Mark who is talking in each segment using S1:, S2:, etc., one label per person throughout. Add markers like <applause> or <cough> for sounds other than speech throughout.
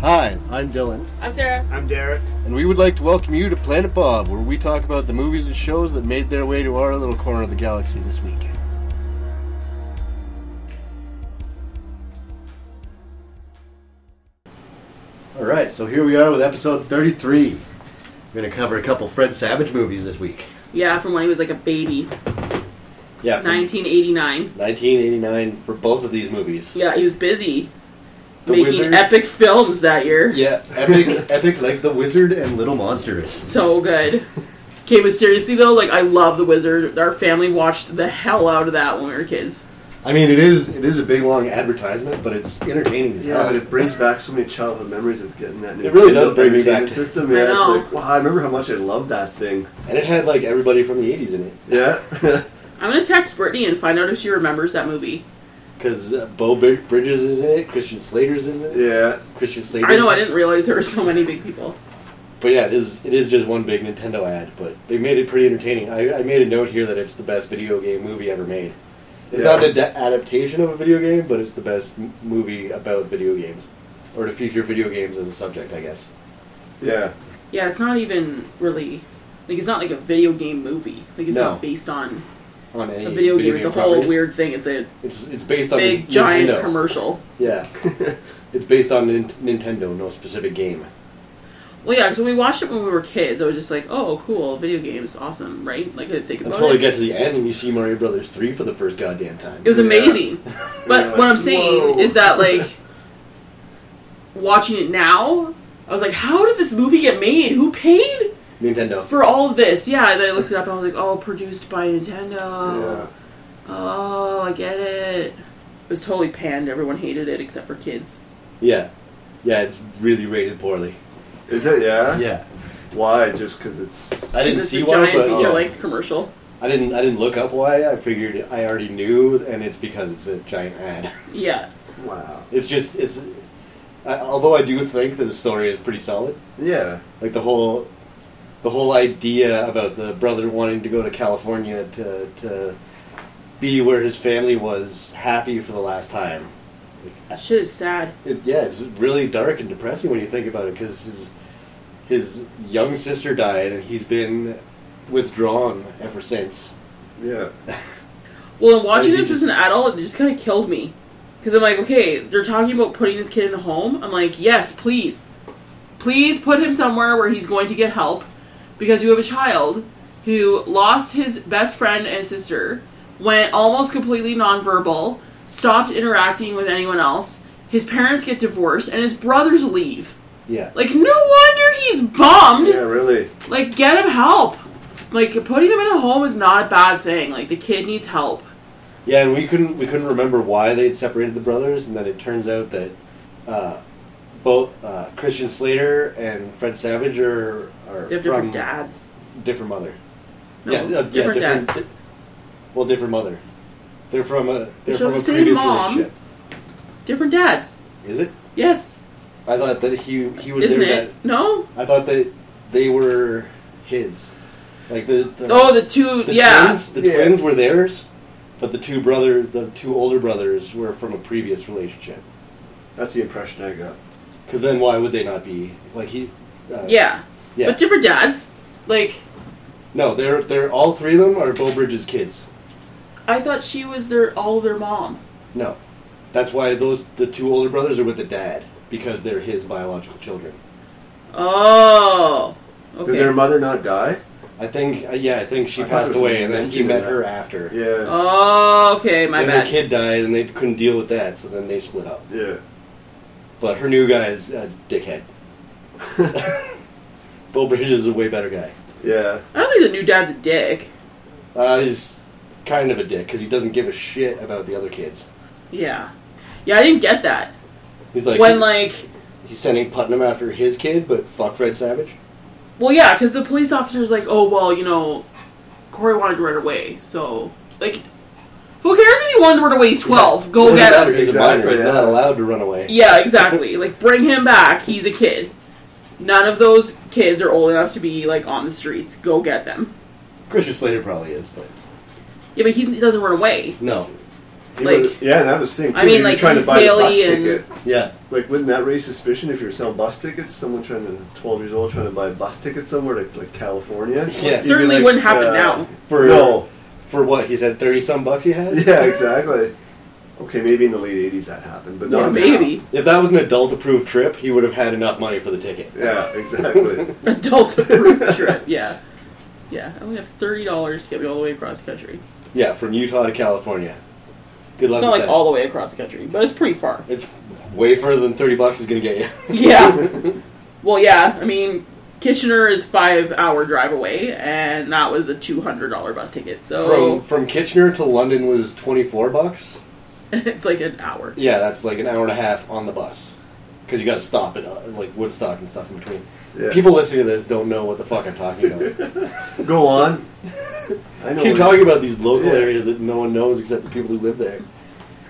S1: Hi, I'm Dylan,
S2: I'm Sarah.
S3: I'm Derek.
S1: and we would like to welcome you to Planet Bob, where we talk about the movies and shows that made their way to our little corner of the galaxy this week. All right, so here we are with episode 33. We're going to cover a couple Fred Savage movies this week.
S2: Yeah, from when he was like a baby,
S1: Yeah, from
S2: 1989.
S1: 1989 for both of these movies.
S2: Yeah, he was busy
S1: The
S2: making
S1: Wizard.
S2: epic films that year.
S1: Yeah, epic, <laughs> epic like The Wizard and Little Monsters. <laughs>
S2: So good. Okay, but seriously though, like I love The Wizard. Our family watched the hell out of that when we were kids.
S1: I mean, it is it is a big long advertisement, but it's entertaining as
S3: Yeah,
S1: hell.
S3: but it brings back so many childhood memories of getting that.
S1: It really does bring me back
S3: entertainment
S1: to-
S3: System,
S2: I
S3: yeah,
S2: know.
S3: it's like wow, I remember how much I loved that thing.
S1: And it had like everybody from the 80s in it.
S3: Yeah,
S2: I'm gonna text Brittany and find out if she remembers that movie.
S1: Because uh, Bo Bri- Bridges is in it, Christian Slater's in it.
S3: <laughs> yeah.
S1: Christian Slater's.
S2: I know I didn't realize there were so many big people.
S1: But yeah, it is, it is just one big Nintendo ad, but they made it pretty entertaining. I, I made a note here that it's the best video game movie ever made. It's
S3: Yeah.
S1: not an ad- adaptation of a video game, but it's the best m- movie about video games. Or to feature video games as a subject, I guess.
S3: Yeah, <laughs>
S2: Yeah, it's not even really like it's not like a video game movie. Like it's
S1: No.
S2: not based on
S1: On any
S2: a video, game. It's a whole
S1: property.
S2: weird thing. It's a
S1: It's, it's based on
S2: big
S1: Nintendo.
S2: giant commercial.
S1: Yeah. it's based on Nin- Nintendo, no specific game.
S2: Well, yeah, because when we watched it when we were kids, I was just like, "Oh, cool, video games, awesome, right?" Like I didn't think about
S1: Until
S2: it.
S1: they get to the end and you see Mario Brothers 3 for the first goddamn time.
S2: it was
S1: <laughs>
S3: Yeah.
S2: amazing. But
S3: Yeah,
S2: what I'm
S3: like,
S2: saying
S3: whoa.
S2: is that like watching it now, I was like, "How did this movie get made? Who paid
S1: Nintendo.
S2: for all of this?" Yeah, and then I looked it up and I was like, "Oh, produced by
S3: yeah.
S2: Nintendo. Oh, I get it." It was totally panned. Everyone hated it except for kids.
S1: Yeah. Yeah, it's really rated poorly.
S3: Is it? Yeah.
S1: Yeah.
S3: Why? Just because it's.
S1: I didn't
S2: It's
S1: see
S2: a
S1: why,
S2: giant
S1: but uh, yeah.
S2: feature-length commercial.
S1: I didn't I didn't look up why. I figured I already knew and it's because it's a giant ad. <laughs>
S2: Yeah,
S3: Wow.
S1: It's just it's I, although I do think that the story is pretty solid.
S3: Yeah.
S1: Like the whole the whole idea about the brother wanting to go to California to to be where his family was happy for the last time.
S2: that shit is sad.
S1: it, yeah, it's really dark and depressing when you think about it because his his young sister died and he's been withdrawn ever since.
S3: Yeah.
S2: Well, and watching
S1: Like, he
S2: this as an adult, it just kind of killed me. Because I'm like, okay, they're talking about putting this kid in a home. I'm like, yes, please. Please put him somewhere where he's going to get help. Because you have a child who lost his best friend and sister, went almost completely nonverbal, stopped interacting with anyone else. His parents get divorced, and his brothers leave.
S1: Yeah,
S2: Like, no wonder he's bummed.
S3: Yeah. Really.
S2: Like, get him help. Like, putting him in a home is not a bad thing. Like, the kid needs help.
S1: yeah, and we couldn't we couldn't remember why they'd separated the brothers, and then it turns out that uh, both uh, Christian Slater and Fred Savage are are
S2: They have
S1: from
S2: different dads.
S1: different mother.
S2: No,
S1: yeah, uh, yeah,
S2: different dads.
S1: Well, different mother. They're from a they're
S2: So
S1: from a
S2: the same
S1: previous
S2: mom.
S1: relationship.
S2: Different dads.
S1: Is it?
S2: Yes,
S1: I thought that he he was
S2: isn't
S1: there.
S2: it?
S1: That,
S2: No.
S1: I thought that they were his. Like the, the
S2: Oh, the two.
S1: the
S2: yeah.
S1: twins, the
S3: Yeah.
S1: twins were theirs, but the two brother the two older brothers were from a previous relationship.
S3: That's the impression I got.
S1: Because then why would they not be like he? Uh,
S2: yeah,
S1: yeah.
S2: But different dads. Like
S1: no, they're they're all three of them are Bo Bridges' kids.
S2: I thought she was their all their mom.
S1: No, that's why those the two older brothers are with the dad because they're his biological children.
S2: Oh.
S3: Did
S2: Okay.
S3: their mother not die?
S1: I think uh, yeah, I think she
S3: I thought
S1: passed
S3: it was
S1: away and then he
S3: mentioned
S1: met
S3: that.
S1: her after.
S3: Yeah.
S2: oh, okay. My
S1: and
S2: bad.
S1: their kid died and they couldn't deal with that, so then they split up.
S3: Yeah.
S1: But her new guy is a
S3: <laughs>
S1: dickhead. Bill Bridges is a way better guy.
S3: Yeah.
S2: I don't think the new dad's a dick.
S1: Uh, he's kind of a dick because he doesn't give a shit about the other kids.
S2: Yeah. Yeah, I didn't get that.
S1: He's like,
S2: when like,
S1: he's sending Putnam after his kid, but fuck Fred Savage.
S2: well, yeah, because the police officer's like, oh well, you know, Corey wanted to run away, so like, who cares if he wanted to run away? He's twelve. Go
S1: Doesn't
S2: get him.
S1: matter, He's a minor.
S3: Exactly,
S1: He's
S3: yeah.
S1: not allowed to run away.
S2: Yeah, exactly. like bring him back. He's a kid. None of those kids are old enough to be like on the streets. Go get them.
S1: Christian Slater probably is, but
S2: Yeah, but he's, he doesn't run away.
S1: no.
S3: He was-
S2: Like-
S3: yeah, and that was the thing. Too.
S2: I mean,
S3: he was
S2: like,
S3: trying to buy the bus
S2: Haley and-
S3: ticket.
S1: Yeah,
S3: Like, wouldn't that raise suspicion if you were selling bus tickets? Someone trying to twelve years old trying to buy a bus ticket somewhere like like California.
S1: <laughs> Yeah.
S3: You'd be
S2: Certainly
S3: like,
S2: wouldn't happen
S3: uh,
S2: now.
S1: for
S3: No.
S1: for what he said, thirty some bucks he had.
S3: <laughs> Yeah, exactly. Okay, maybe in the late eighties that happened, but not
S2: Yeah,
S3: now. <laughs>
S2: maybe.
S1: If that was an adult approved trip, he would have had enough money for the ticket.
S3: Yeah,
S1: <laughs>
S3: exactly.
S2: Adult approved
S3: <laughs>
S2: trip, yeah. Yeah, I only have $30 to get me all the way across the country.
S1: Yeah, from Utah to California. Good luck.
S2: It's not
S1: with
S2: like
S1: that.
S2: all the way across the country, but it's pretty
S3: <laughs>
S2: far.
S1: It's way further than thirty bucks is gonna get you. <laughs>
S2: Yeah. well, yeah, I mean, Kitchener is five hour drive away, and that was a $200 bus ticket, so
S1: From from Kitchener to London was twenty four bucks.
S2: <laughs> it's like an hour.
S1: Yeah, that's like an hour and a half on the bus because you got to stop at uh, like Woodstock and stuff in between.
S3: Yeah.
S1: People listening to this don't know what the fuck I'm talking
S3: <laughs>
S1: about. <laughs>
S3: Go on. I know.
S1: Keep
S3: what-
S1: talking about these local
S3: Yeah.
S1: areas that no one knows except the people who live there.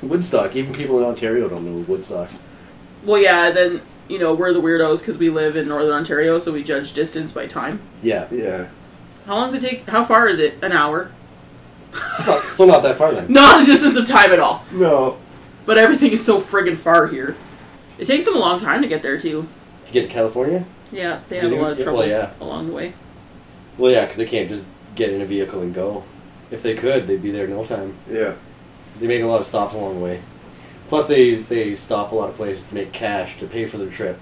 S1: Woodstock, even people in Ontario don't know Woodstock.
S2: Well, yeah, then, you know, we're the weirdos because we live in Northern Ontario, so we judge distance by time.
S1: Yeah,
S3: Yeah.
S2: How long does it take? How far is it? An hour? <laughs>
S1: so, so not that far then.
S2: Not a distance of time at all.
S3: No.
S2: But everything is so friggin' far here. It takes them a long time to get there, too.
S1: To get to California?
S2: Yeah, they
S1: You
S2: have a
S1: do?
S2: lot of
S1: Yeah, well,
S2: troubles
S1: yeah.
S2: along the way.
S1: Well, yeah, because they can't just get in a vehicle and go. If they could, they'd be there in no time.
S3: Yeah.
S1: They make a lot of stops along the way. Plus, they they stop a lot of places to make cash to pay for their trip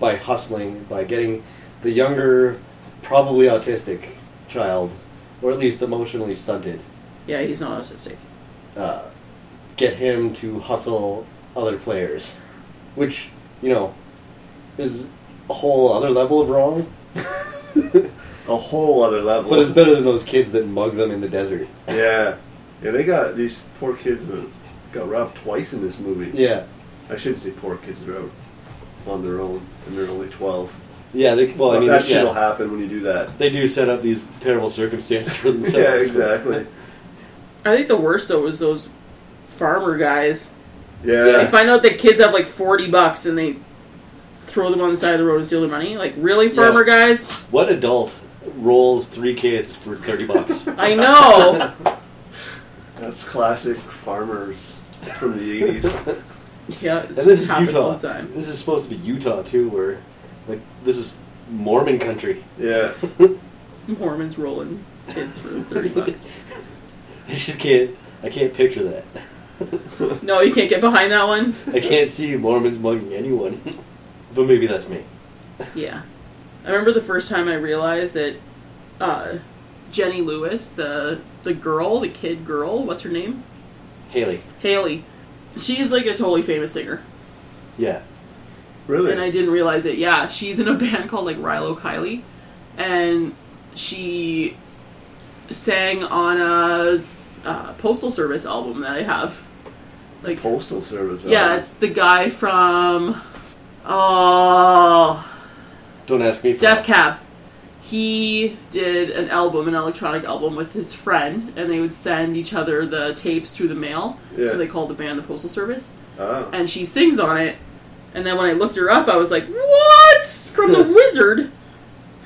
S1: by hustling, by getting the younger, probably autistic child, or at least emotionally stunted,
S2: Yeah, he's not autistic.
S1: uh, get him to hustle other players, which you know is a whole other level of wrong. <laughs>
S3: A whole other level.
S1: But it's better than those kids that mug them in the desert.
S3: Yeah. Yeah, they got these poor kids that got robbed twice in this movie.
S1: Yeah,
S3: I shouldn't say poor kids, they're out on their own and they're only 12.
S1: yeah. They, well, I
S3: But
S1: mean,
S3: that
S1: yeah,
S3: shit will happen when you do that.
S1: they do set up these terrible circumstances for themselves.
S3: <laughs> yeah, exactly.
S2: I think the worst, though, was those farmer guys. They
S3: Yeah.
S2: find out that kids have like 40 bucks and they throw them on the side of the road and steal their money. Like, really, farmer guys?
S1: What adult rolls three kids for thirty bucks?
S2: I know.
S1: <laughs>
S3: That's classic farmers <laughs> from
S1: <laughs>
S3: the 80s.
S2: yeah, it
S1: and
S2: just
S1: this is
S2: happens all
S1: Utah.
S2: the time.
S1: This is supposed to be Utah too, where like this is Mormon country.
S3: Yeah.
S2: Mormons rolling kids for 30 bucks.
S1: <laughs> I just can't. I can't picture that. <laughs>
S2: No, you can't get behind that one?
S1: I can't see Mormons mugging anyone. <laughs> But maybe that's me.
S2: Yeah. I remember the first time I realized that uh, Jenny Lewis, the the girl, the kid girl, what's her name?
S1: Haley.
S2: Haley. She's like a totally famous singer.
S1: Yeah.
S3: Really?
S2: And I didn't realize it. Yeah, she's in a <laughs> band called like Rilo Kiley and she sang on a uh, postal service album that I have. Like
S3: Postal Service.
S2: Yeah, it's the guy from Oh,
S1: Don't ask me. For that.
S2: Death Cab. He did an album, an electronic album with his friend, and they would send each other the tapes through the mail.
S3: Yeah.
S2: So they called the band the Postal Service,
S3: Oh.
S2: and she sings on it. And then when I looked her up, I was like, "What? From the Wizard?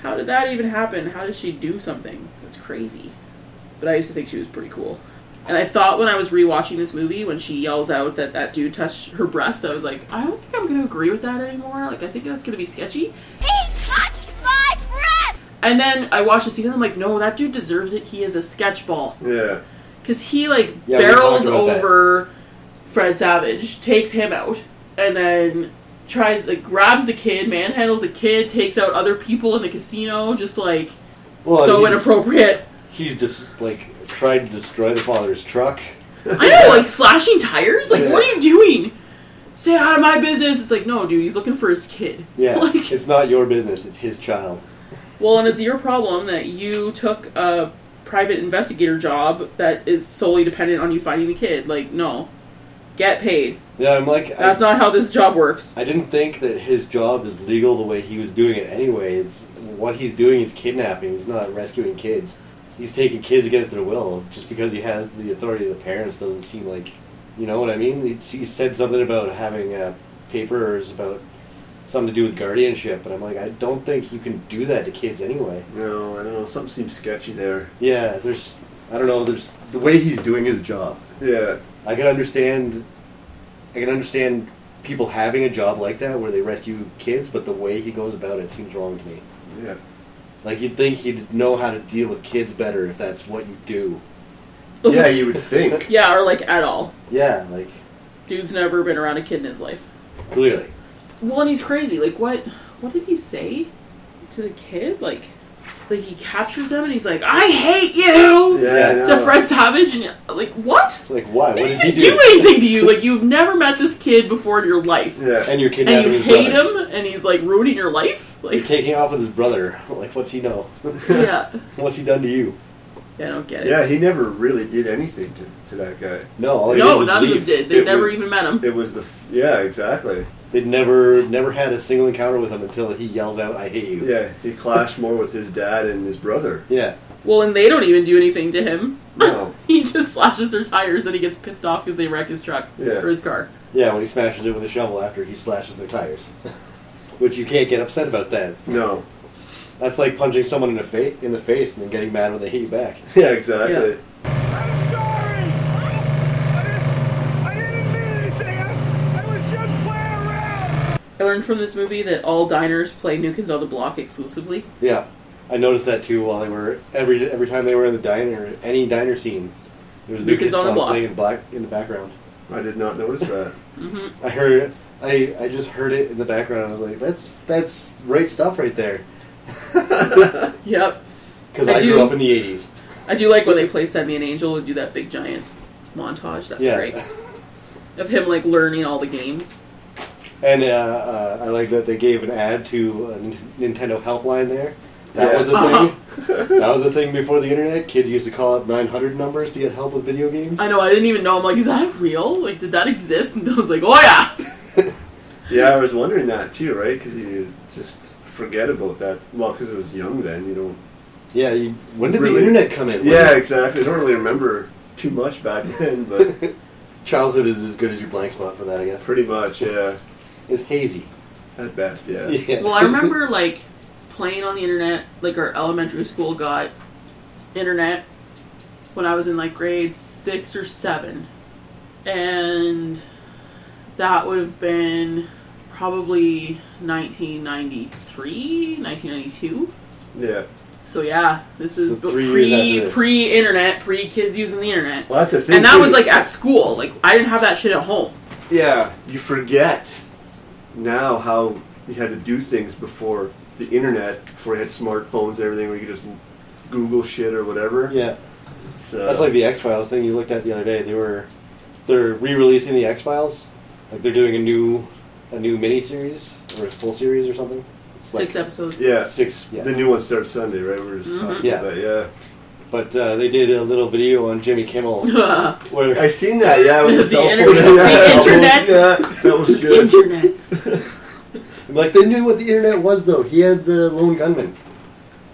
S2: How did that even happen? How did she do something? That's crazy." But I used to think she was pretty cool. And I thought when I was rewatching this movie, when she yells out that that dude touched her breast, I was like, I don't think I'm going to agree with that anymore. Like, I think that's going to be sketchy.
S4: He touched my breast!
S2: And then I watched the scene and I'm like, no, that dude deserves it. He is a sketchball.
S3: Yeah.
S2: Because he, like,
S1: Yeah, we
S2: barrels
S1: talked about that.
S2: over Fred Savage, takes him out, and then tries, like, grabs the kid, manhandles the kid, takes out other people in the casino, just, like,
S1: Well,
S2: so
S1: he's-
S2: inappropriate.
S1: He's just like tried to destroy the father's truck.
S2: I
S1: <laughs>
S2: know, like, slashing tires? Like, what are you doing? Stay out of my business. It's like, no, dude, he's looking for his kid. <laughs>
S1: Yeah.
S2: Like,
S1: It's not your business. It's his child.
S2: Well, and it's your problem that you took a private investigator job that is solely dependent on you finding the kid. Like, no. Get paid.
S1: Yeah. I'm like. I-
S2: That's not how this job works.
S1: I didn't think that his job is legal the way he was doing it anyway. It's, what he's doing is kidnapping. He's not rescuing kids. He's taking kids against their will just because he has the authority of the parents doesn't seem like. You know what I mean? It's, he said something about having uh, papers about something to do with guardianship, but I'm like, I don't think you can do that to kids anyway.
S3: No, I don't know. Something seems sketchy there.
S1: Yeah, there's. I don't know, there's. The way he's doing his job
S3: Yeah.
S1: I can understand. I can understand people having a job like that where they rescue kids, but the way he goes about it seems wrong to me.
S2: <laughs>
S3: Yeah.
S1: Like you'd think he'd know how to deal with kids better if that's what you do.
S3: Yeah, you would think.
S2: Yeah, or like at all.
S1: Yeah, like
S2: Dude's never been around a kid in his life.
S1: clearly.
S2: Well, and he's crazy. Like, what? What does he say to the kid? Like, like he captures him and he's like, "I hate you."
S3: Yeah, I
S1: Yeah.
S2: To
S3: know.
S2: Fred Savage, and you're like, what?
S1: Like why?
S2: They
S1: What did
S2: didn't
S1: he
S2: even
S1: do?
S2: do anything to you. Like, you've never met this kid before in your life,
S3: Yeah.
S1: And you're
S2: and
S1: kidnapping
S2: you
S1: his
S2: hate
S1: brother.
S2: him, and he's like ruining your life.
S1: You're
S2: Like,
S1: <laughs> taking off with his brother. <laughs> Like what's he know?
S2: yeah,
S1: what's he done to you?
S2: yeah, I don't get it.
S3: Yeah, he never really did anything to, to that guy.
S1: No, all he did
S2: no,
S1: was
S2: none
S1: leave.
S2: of them did. They
S3: It
S2: never
S3: would-
S2: even met him.
S3: It was the. F- yeah, exactly.
S1: They'd never never had a single encounter with him until he yells out, "I hate you."
S3: Yeah, he clashed more with his dad and his brother.
S1: Yeah.
S2: Well, and they don't even do anything to him.
S3: No.
S2: <laughs> He just slashes their tires, and he gets pissed off because they wreck his truck
S3: Yeah.
S2: or his car.
S1: Yeah, when he smashes it with a shovel after he slashes their tires. <laughs> Which you can't get upset about that.
S3: No. <laughs>
S1: That's like punching someone in the, fa- in the face and then getting mad when they hit you back. <laughs>
S3: Yeah, exactly.
S2: Yeah.
S5: I'm sorry. I didn't, I didn't mean anything. I, I was just playing around.
S2: I learned from this movie that all diners play New Kids on the Block exclusively.
S1: Yeah. I noticed that too while they were every every time they were in the diner any diner scene. There was a
S2: New
S1: new
S2: Kids
S1: kid
S2: on the
S1: song
S2: Block.
S1: playing in the black in the background.
S3: I did not notice that.
S1: I heard I, I just heard it in the background. I was like, that's that's right stuff right there.
S2: <laughs> Yep.
S1: Because
S2: I
S1: I,
S2: do-
S1: grew up in the eighties.
S2: I do like when they play Send Me an Angel and do that big giant montage. That's
S1: Yeah.
S2: great. Of him like learning all the games.
S1: <laughs> And uh, uh, I like that they gave an ad to a N- Nintendo helpline there. That
S3: Yeah.
S1: was a
S2: Uh-huh.
S1: thing. that was a thing before the internet. Kids used to call up 900 numbers to get help with video games.
S2: I know, I didn't even know. I'm like, is that real? Like, did that exist? <laughs> And I was like, oh yeah!
S3: Yeah, I was wondering that too, right? Because you just forget about that. Well, because it was young then, you don't.
S1: Yeah, you, when did
S3: Really?
S1: the internet come in? When-
S3: Yeah, exactly. I don't really remember too much back <laughs> then, but
S1: <laughs> Childhood is as good as your blank spot for that, I guess.
S3: pretty much, yeah.
S1: It's hazy.
S3: At best, yeah.
S1: <laughs> Yeah.
S2: Well, I remember like playing on the internet. Like our elementary school got internet when I was in like grade six or seven, and that would have been probably 1993, 1992.
S3: Yeah.
S2: So yeah, this is
S1: So three years
S2: pre
S1: after this.
S2: pre internet, pre kids using the internet.
S3: Well, that's a thing.
S2: And that
S3: too.
S2: was like at school. Like I didn't have that shit at home.
S3: Yeah, you forget now how you had to do things before the internet, before you had smartphones and everything, where you could just Google shit or whatever.
S1: Yeah,
S3: So,
S1: that's like the X Files thing you looked at the other day. They were they're re-releasing the X Files. Like they're doing a new a new mini series or a full series or something. It's like
S2: Six episodes.
S3: yeah.
S1: Six. Yeah.
S3: The new one starts Sunday, right? We were
S2: Mm-hmm.
S3: just talking
S1: Yeah.
S3: about that,
S1: But uh, they did a little video on Jimmy
S2: <laughs>
S1: Kimmel
S3: yeah.
S1: where
S3: I seen that, yeah, with the,
S2: The
S3: cell
S2: inter-
S3: phone.
S2: the
S3: <laughs> yeah,
S2: internets.
S3: Yeah, that was good.
S2: Internets.
S1: like they knew what the internet was though. He had the lone gunman.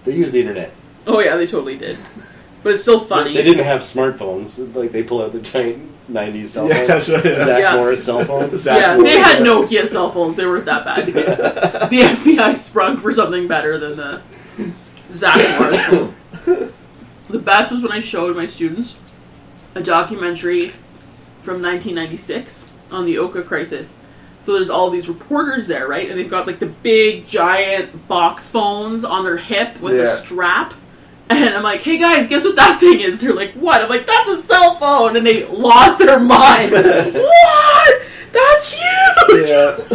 S1: They used the internet.
S2: Oh yeah, they totally did. But it's still funny.
S1: They didn't have smartphones. Like they pull out the giant '90s cell phone,
S3: Yeah, that's right, yeah.
S1: Zach
S2: Yeah.
S1: Morris
S3: <laughs>
S1: cell phone.
S3: Zach
S2: yeah,
S3: Morris,
S2: they had
S3: yeah.
S2: Nokia cell phones. They weren't that
S3: <laughs>
S2: bad. The FBI sprung for something better than the Zach Morris phone. The best was when I showed my students a documentary from 1996 on the Oka crisis. So there's all these reporters there, right? And they've got like the big giant box phones on their hip with a
S3: Yeah.
S2: strap. And I'm like, hey guys, guess what that thing is? They're like, what? I'm like, that's a cell phone. And they lost their mind.
S3: <laughs>
S2: what? That's huge.
S3: Yeah.
S2: <laughs>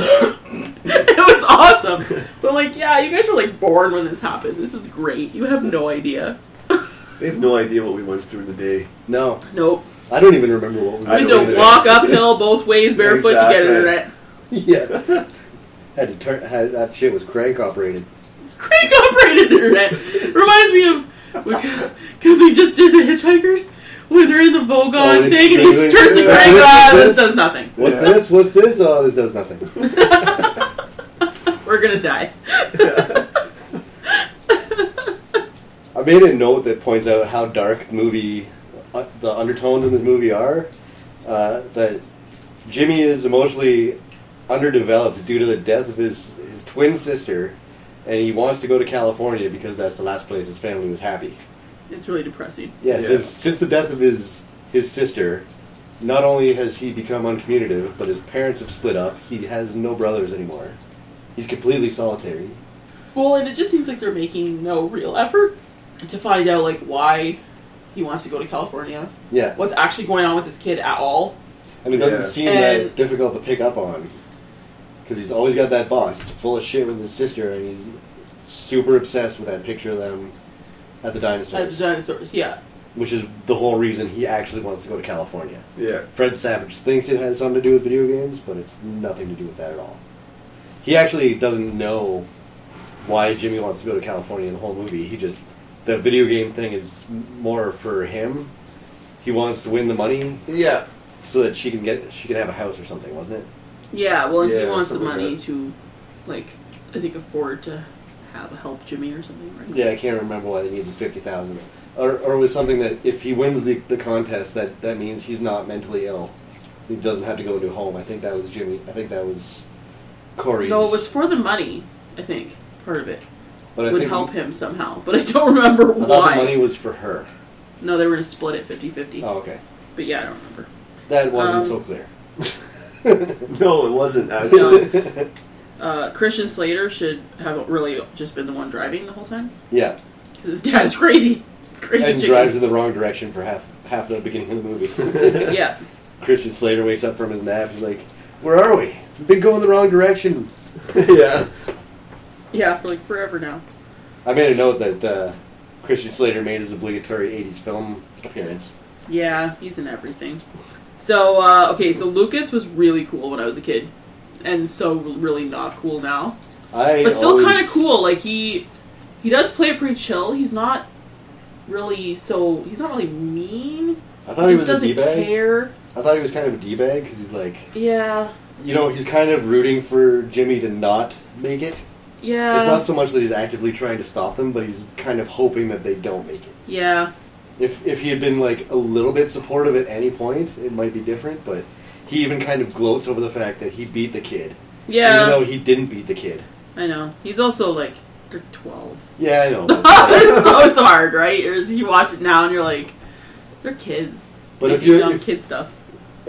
S2: it was awesome. But I'm like, yeah, you guys were like born when this happened. This is great. You have no idea.
S3: They have no idea what <laughs> we went through in the day.
S1: No,
S2: Nope.
S1: I don't even remember what we
S3: I
S2: You
S1: were
S2: had
S3: don't
S1: doing
S2: to
S3: either.
S2: walk uphill both ways barefoot to
S3: Exactly.
S2: get internet.
S1: <laughs> Yeah, had to turn. Had, that shit was crank operated.
S2: Crank operated internet. Reminds me of because we just did the hitchhikers when they're in the
S1: Oh,
S2: Vogon
S1: and he's
S2: thing and he
S1: screaming,
S2: turns the
S1: "Yeah."
S2: crank on. This does nothing.
S1: What's
S3: Yeah.
S1: this? What's this? Oh, this does nothing.
S2: We're gonna die.
S1: I made a note that points out how dark the movie, uh, the undertones in this movie are. Uh, that Jimmy is emotionally underdeveloped due to the death of his his twin sister, and he wants to go to California because that's the last place his family was happy.
S2: <laughs> It's really depressing.
S1: Yeah,
S3: Yeah.
S1: since since the death of his his sister, Not only has he become uncommunicative, but his parents have split up. He has no brothers anymore. He's completely solitary.
S2: Well, and it just seems like they're making no real effort to find out like why he wants to go to California,
S1: Yeah,
S2: what's actually going on with this kid at all.
S1: and it doesn't
S3: Yeah.
S1: seem
S2: And-
S1: that difficult to pick up on because he's always got that boss full of shit with his sister, and he's super obsessed with that picture of them at the
S2: At the
S1: dinosaurs,
S2: dinosaurs, yeah.
S1: which is the whole reason he actually wants to go to California.
S3: Yeah.
S1: Fred Savage thinks it has something to do with video games, but it's nothing to do with that at all. He actually doesn't know why Jimmy wants to go to California in the whole movie. He just the video game thing is more for him. He wants to win the money
S3: Yeah.
S1: so that she can get she can have a house or something, wasn't it?
S2: Yeah, well, and he
S3: Yeah,
S2: wants the
S3: something like
S2: money
S3: that.
S2: to, like, I think afford to have help Jimmy or something, right?
S1: Yeah, I can't remember why they needed fifty thousand, or or it was something that if he wins the, the contest, that that means he's not mentally ill. He doesn't have to go into a home. I think that was Jimmy. I think that was Corey's.
S2: No, it was for the money, I think, part of it.
S1: but I
S2: would
S1: think
S2: help him somehow, but I don't <laughs> remember
S1: I thought
S2: why.
S1: the money was for her.
S2: No, they were going to split it 50 50.
S1: Oh, okay.
S2: But yeah, I don't
S1: <laughs>
S2: remember.
S1: That wasn't
S2: Um,
S1: so clear.
S3: No, it wasn't. <laughs> I,
S2: No. Uh, Christian Slater should have really just been the one driving the whole time.
S1: <laughs> yeah,
S2: Because his dad's <laughs> crazy. Crazy
S1: and
S2: chicken.
S1: drives in the wrong direction for half half the beginning of the movie. <laughs>
S2: yeah.
S1: Christian Slater wakes up from his nap. He's like, "Where are we? We've been going the wrong direction."
S3: yeah.
S2: Yeah, for like forever now.
S1: I made a note that uh, Christian Slater made his obligatory '80s film appearance.
S2: Yeah, he's in everything. So, uh, okay, so Lucas was really cool when I was a kid. And so really not cool now.
S1: I
S2: But still
S1: always-
S2: kind of cool. Like, he he does play it pretty chill. He's not really so... He's not really mean.
S1: I thought he was
S2: just
S1: a
S2: doesn't
S1: d-bag.
S2: care.
S1: I thought he was kind of a d-bag because he's like,
S2: Yeah.
S1: you know, he's kind of rooting for Jimmy to not make it.
S2: Yeah.
S1: it's not so much that he's actively trying to stop them, but he's kind of hoping that they don't make it.
S2: yeah.
S1: If if he had been like a little bit supportive at any point, it might be different. But he even kind of gloats over the fact that he beat the kid,
S2: Yeah.
S1: even though he didn't beat the kid.
S2: I know. He's also like they're twelve. <laughs>
S1: Yeah, I know. But,
S2: so it's hard, right? Or is you watch it now and you're like, they're kids.
S1: But
S2: They
S1: if
S2: do
S1: you-
S2: dumb
S1: if-
S2: kid stuff.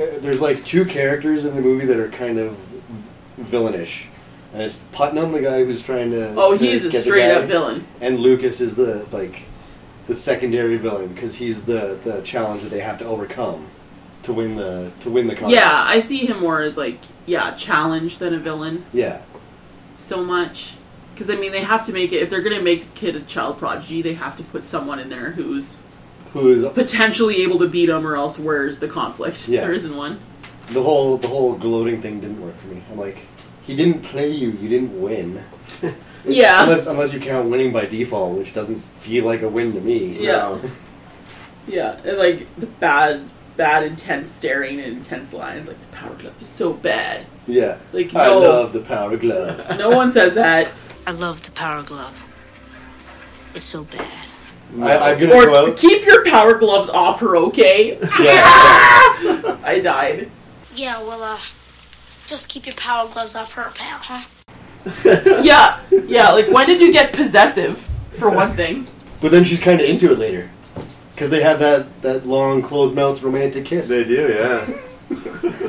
S1: uh, there's like two characters in the movie that are kind of villainish, and it's Putnam, the guy who's trying to.
S2: Oh,
S1: to
S2: he's a
S1: get the
S2: straight up
S1: guy,
S2: villain.
S1: And Lucas is the like the secondary villain because he's the the challenge that they have to overcome to win the to win the contest.
S2: Yeah, I see him more as like yeah, challenge than a villain
S1: yeah.
S2: so much. Because I mean, they have to make it if they're gonna make the kid a child prodigy, they have to put someone in there who's
S1: Who is
S2: potentially able to beat him, or else where's the conflict?
S1: Yeah.
S2: There isn't one.
S1: The whole the whole gloating thing didn't work for me. I'm like, he didn't play you. You didn't
S2: <laughs>
S1: win.
S2: Yeah.
S1: Unless unless you count winning by default, which doesn't feel like a win to me.
S2: Yeah.
S3: No.
S2: Yeah, and like the bad, bad, intense staring and intense lines. Like the power glove is so bad.
S1: <laughs> Yeah.
S2: Like
S1: I
S2: no,
S1: love the power glove. <laughs>
S2: no one says that.
S6: I love the power glove. It's so bad.
S1: I, I'm gonna
S2: Or
S1: go out.
S2: keep your power gloves off her, okay?
S1: Yeah.
S2: <laughs> I died.
S6: Yeah, well, uh, just keep your power gloves off her, pal, huh?
S2: Yeah, yeah. Like when did you get possessive? For one thing.
S1: But then she's kind of into it later, because they have that that long closed mouth romantic kiss,
S3: They do, yeah.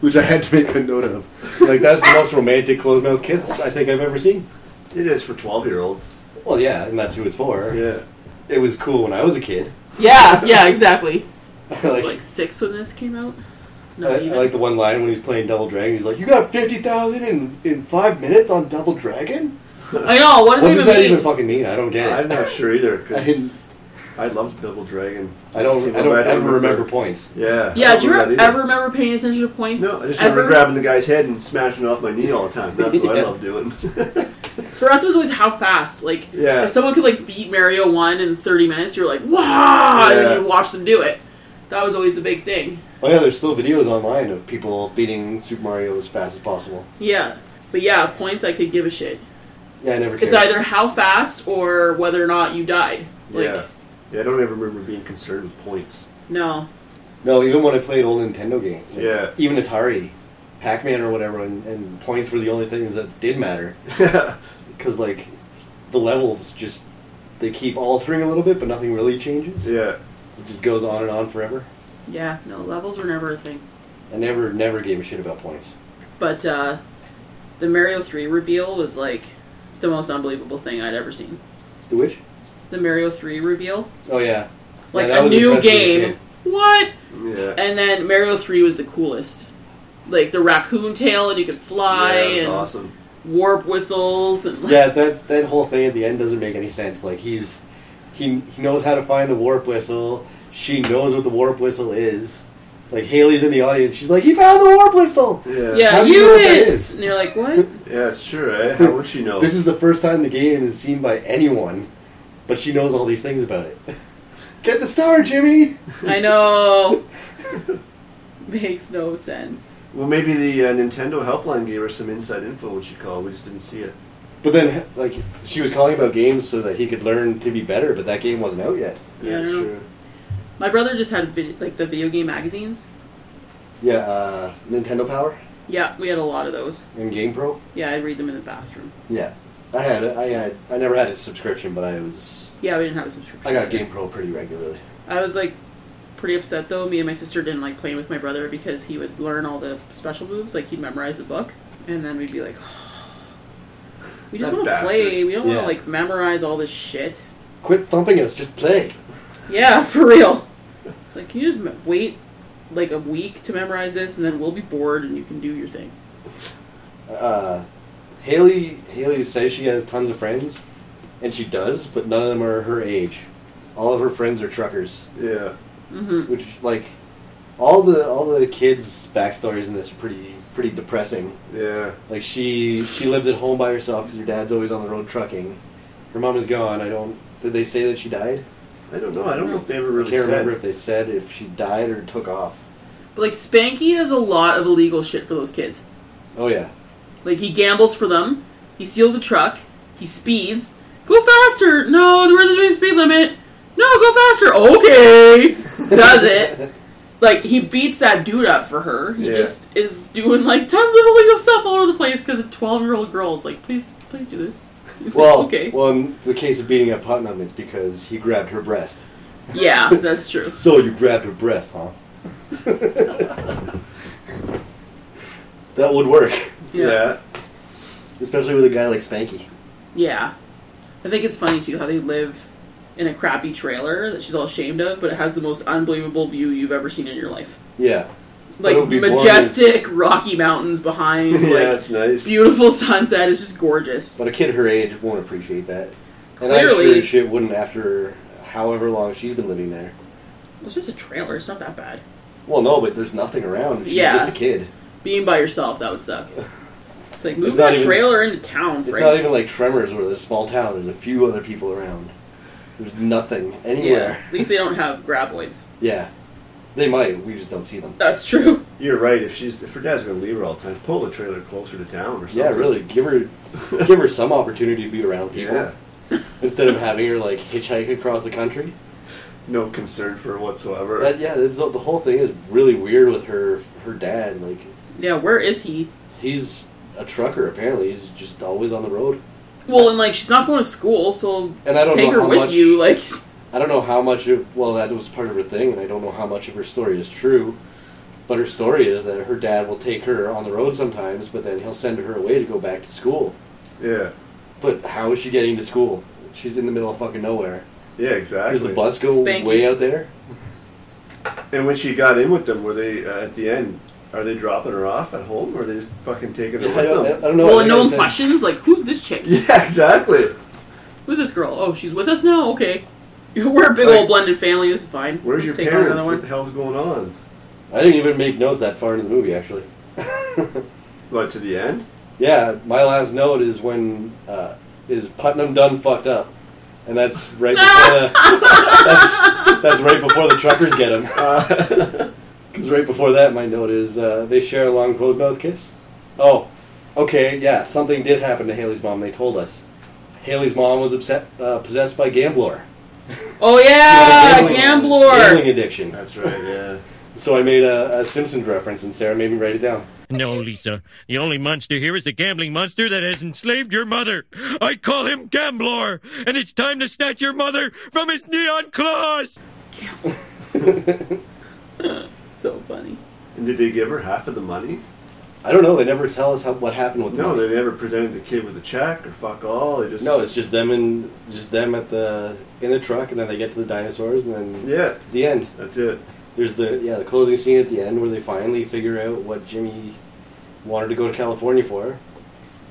S1: which I had to make a note of. Like that's the most romantic closed mouth kiss I think I've ever seen.
S3: It is for 12 year olds.
S1: Well, yeah, and that's who it's for.
S3: Yeah.
S1: It was cool when I was a kid. <laughs>
S2: Yeah, yeah, exactly. I was
S1: like,
S2: like six when this came out. No,
S1: I,
S3: uh,
S1: I
S2: even.
S1: like the one line when he's playing Double Dragon. He's like, "You got fifty thousand in in five minutes on Double Dragon?
S3: uh,
S2: I know. What does,
S1: What does
S2: it even
S1: that
S2: mean?
S1: even fucking mean? I don't get
S3: I'm
S1: it.
S3: not sure either,
S1: I, didn't-
S3: because I, loved Double Dragon.
S1: I don't. I
S3: Well,
S1: don't
S3: I
S1: ever
S3: don't
S1: remember.
S3: remember.
S1: points.
S3: Yeah. I
S2: yeah,
S3: don't
S2: do you
S3: remember
S2: re-
S3: that either.
S2: ever remember paying attention to points?
S3: No, I just
S2: ever?
S3: remember grabbing the guy's head and smashing it off my knee all the time. That's
S1: <laughs>
S3: what
S1: Yeah.
S3: I love doing. <laughs>
S2: For us, it was always how fast. Like,
S3: Yeah.
S2: if someone could like beat Mario one in thirty minutes, you're like, wow! And
S3: Yeah.
S2: then you watch them do it. That was always the big thing.
S1: Oh yeah, there's still videos online of people beating Super Mario as fast as possible.
S2: Yeah, but yeah, points I could give a shit.
S1: Yeah, I never.
S2: It's
S1: cared.
S2: either how fast or whether or not you died. Like,
S3: yeah. Yeah, I don't ever remember being concerned with points. <laughs>
S2: no,
S1: No, even when I played old Nintendo games. like,
S3: Yeah.
S1: Even Atari, Pac Man or whatever, and, and points were the only things that did matter. Because, like, the levels just. They keep altering a little bit, but nothing really changes.
S3: Yeah.
S1: It just goes on and on forever.
S2: Yeah, no, levels were never a thing.
S1: I never, never gave a shit about points.
S2: But uh, the Mario 3 reveal was like the most unbelievable thing I'd ever seen.
S1: The Witch?
S2: The Mario 3 reveal,
S1: Oh yeah,
S2: like
S1: Yeah, that
S2: a
S1: was
S2: new
S1: impressive as a
S2: game. <laughs>
S1: kid.
S2: What?
S3: Yeah.
S2: And then Mario 3 was the coolest. Like the raccoon tail, and you could fly,
S3: yeah, it was
S2: and
S3: awesome.
S2: warp whistles, and like,
S1: Yeah, that that whole thing at the end doesn't make any sense. Like he's he he knows how to find the warp whistle. She knows what the warp whistle is. Like Haley's in the audience. She's like, "He found the warp whistle."
S3: Yeah.
S2: <laughs> yeah
S1: How do
S2: use
S1: you know what that
S2: it.
S1: is?
S2: And you're like, what?
S3: Yeah, it's sure,
S1: <laughs>
S3: eh? How would she know?
S1: This is the first time the game is seen by anyone, but she knows all these things about it. <laughs> Get the star, Jimmy.
S2: I know.
S1: <laughs>
S2: Makes no sense.
S3: well, maybe the uh, Nintendo helpline gave her some inside info when she called. We just didn't see it.
S1: But then, like, she was calling about games so that he could learn to be better. But that game wasn't out yet.
S2: Yeah, I
S3: it's
S2: don't know.
S3: true.
S2: My brother just had vid- like the video game magazines.
S1: Yeah, uh, Nintendo Power
S2: Yeah, we had a lot of those.
S1: and Game Pro.
S2: Yeah, I'd read them in the bathroom.
S1: Yeah, I had it. I had. I never had a subscription, but I was.
S2: Yeah, we didn't have a subscription.
S1: I got Game Pro pretty regularly.
S2: I was like pretty upset though. Me and my sister didn't like playing with my brother because he would learn all the special moves. Like he'd memorize the book, and then we'd be like, <sighs> "We just
S3: That
S2: want to
S3: bastard.
S2: play. We don't want
S1: Yeah.
S2: to like memorize all this shit."
S1: Quit thumping us. Just play.
S2: Yeah, <laughs> for real. Like, can you just me- wait like a week to memorize this, and then we'll be bored, and you can do your thing.
S1: Uh, Haley. Haley says she has tons of friends, and she does, but none of them are her age. All of her friends are truckers,
S3: Yeah.
S2: Mm-hmm.
S1: which like all the all the kids' backstories in this are pretty pretty depressing.
S3: Yeah.
S1: Like she she lives at home by herself because her dad's always on the road trucking. Her mom is gone. I don't. Did they say that she died?
S3: I don't know. I don't know if they ever
S1: I
S3: really
S1: can't
S3: said.
S1: remember if they said if she died or took off.
S2: But like, Spanky does a lot of illegal shit for those kids.
S1: Oh yeah,
S2: Like he gambles for them. He steals a truck. He speeds. Go faster! No, we're in the doing speed limit. No, go
S1: <laughs>
S2: faster. Okay, does it? Like he beats that dude up for her. He
S3: Yeah.
S2: just is doing like tons of illegal stuff all over the place because a twelve-year-old girl is like, please, please do this. <laughs> He's like,
S1: Well,
S2: okay,
S1: well, in the case of beating up Putnam, it's because he grabbed her breast. <laughs>
S2: yeah, that's true.
S1: So you grabbed her breast,
S2: <laughs>
S1: huh? <laughs> that would work,
S2: Yeah.
S3: Yeah.
S1: especially with a guy like Spanky.
S2: yeah, I think it's funny too how they live in a crappy trailer that she's all ashamed of, but it has the most unbelievable view you've ever seen in your life.
S1: Yeah, But it
S2: like
S1: would be boring.
S2: majestic Rocky Mountains
S1: <laughs>
S2: behind,
S3: <laughs>
S2: <laughs>
S3: Yeah,
S2: like
S3: it's nice.
S2: beautiful sunset. It's just gorgeous.
S1: but a kid her age won't appreciate that, and I sure
S2: Clearly,
S1: as shit wouldn't after however long she's been living there.
S2: it's just a trailer. It's not that bad.
S1: Well, no, but there's nothing around. She's
S2: Yeah.
S1: just a kid.
S2: Being by yourself, that would suck. It's like move
S1: It's not
S2: that
S1: even-
S2: trailer into town,
S1: It's
S2: Frank.
S1: not even like Tremors where there's a small town. There's a few other people around. There's nothing
S2: yeah,
S1: anywhere.
S2: at least they don't have graboids.
S1: Yeah. They might. We just don't see them.
S2: That's true. <laughs>
S3: You're right. If she's if her dad's gonna leave her all the time, pull the trailer closer to town or something.
S1: Yeah, really. Give her, give her some opportunity to be around people
S3: Yeah.
S1: instead of having her like hitchhike across the country.
S3: No concern for her whatsoever.
S1: That, yeah, that's, the whole thing is really weird with her. Her dad, like,
S2: Yeah, where is he?
S1: he's a trucker. Apparently, he's just always on the road.
S2: Well, and like she's not going to school, so
S1: And I don't
S2: take
S1: know
S2: her
S1: how
S2: with
S1: much-
S2: you.
S1: <laughs>
S2: Like,
S1: I don't know how much of well that was part of her thing, and I don't know how much of her story is true. But her story is that her dad will take her on the road sometimes, but then he'll send her away to go back to school.
S3: yeah.
S1: But how is she getting to school? She's in the middle of fucking nowhere.
S3: Yeah, exactly.
S1: Does the bus go
S2: Spanky.
S1: way out there?
S3: And when she got in with them, were they uh, at the end? Are they dropping her off at home, or are they just fucking taking
S1: <laughs> I
S3: her
S1: don't, I
S3: with
S1: don't
S3: them?
S1: know.
S2: well,
S1: I
S2: and
S1: think
S2: no
S1: I
S2: one
S1: said-
S2: questions. Like, who's this chick?
S3: Yeah, exactly.
S2: Who's this girl? Oh, she's with us now. Okay, <laughs> we're a big
S3: Like,
S2: old blended family. This is fine.
S3: Where's
S2: Let's
S3: your
S2: take on
S3: parents?
S2: another
S3: What
S2: one.
S3: the hell's going on?
S1: I didn't even make notes that far into the movie, actually.
S3: What to the end?
S1: yeah, my last note is when uh, is Putnam done fucked up, and that's right before the that's, that's right before the truckers get him. <laughs>
S3: Uh,
S1: Because right before that, my note is uh, they share a long closed mouth kiss. Oh, okay, yeah, something did happen to Haley's mom. They told us. Haley's mom was upset, uh, possessed by Gambler.
S2: Oh yeah,
S1: Gambling-
S2: Gamblor.
S1: Gambling addiction.
S3: that's right. Yeah.
S1: So I made a, a Simpsons reference, and Sarah made me write it down.
S7: No, Lisa. The only monster here is the gambling monster that has enslaved your mother. I call him Gamblor, and it's time to snatch your mother from his neon claws.
S2: so funny.
S3: And did they give her half of the money?
S1: I don't know. They never tell us how, what happened with
S3: No,
S1: the money.
S3: they never presented the kid with a check or fuck all. They just
S1: No, it's just them and just them at the in the truck, and then they get to the dinosaurs, and then
S3: yeah,
S1: the end.
S3: that's it.
S1: There's the yeah the closing scene at the end where they finally figure out what Jimmy wanted to go to California for.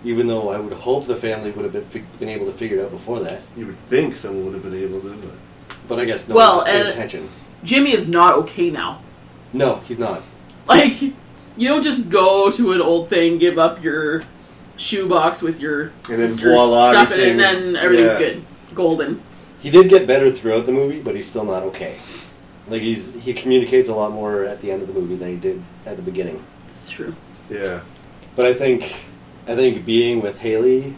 S1: Even though I would hope the family would have been, fi- been able to figure it out before that,
S3: You would think someone would have been able to, but
S1: but I guess no
S2: Well,
S1: one pays
S2: and-
S1: attention.
S2: Jimmy is not okay now. <laughs>
S1: No, he's not.
S2: Like, you don't just go to an old thing, give up your shoebox with your
S3: And then
S2: sister's
S3: voila,
S2: stuff, in it, and
S3: everything's-
S2: then everything's
S3: yeah.
S2: good, golden.
S1: He did get better throughout the movie, but he's still not okay. Like he's he communicates a lot more at the end of the movie than he did at the beginning.
S2: It's true.
S3: yeah,
S1: But I think I think being with Haley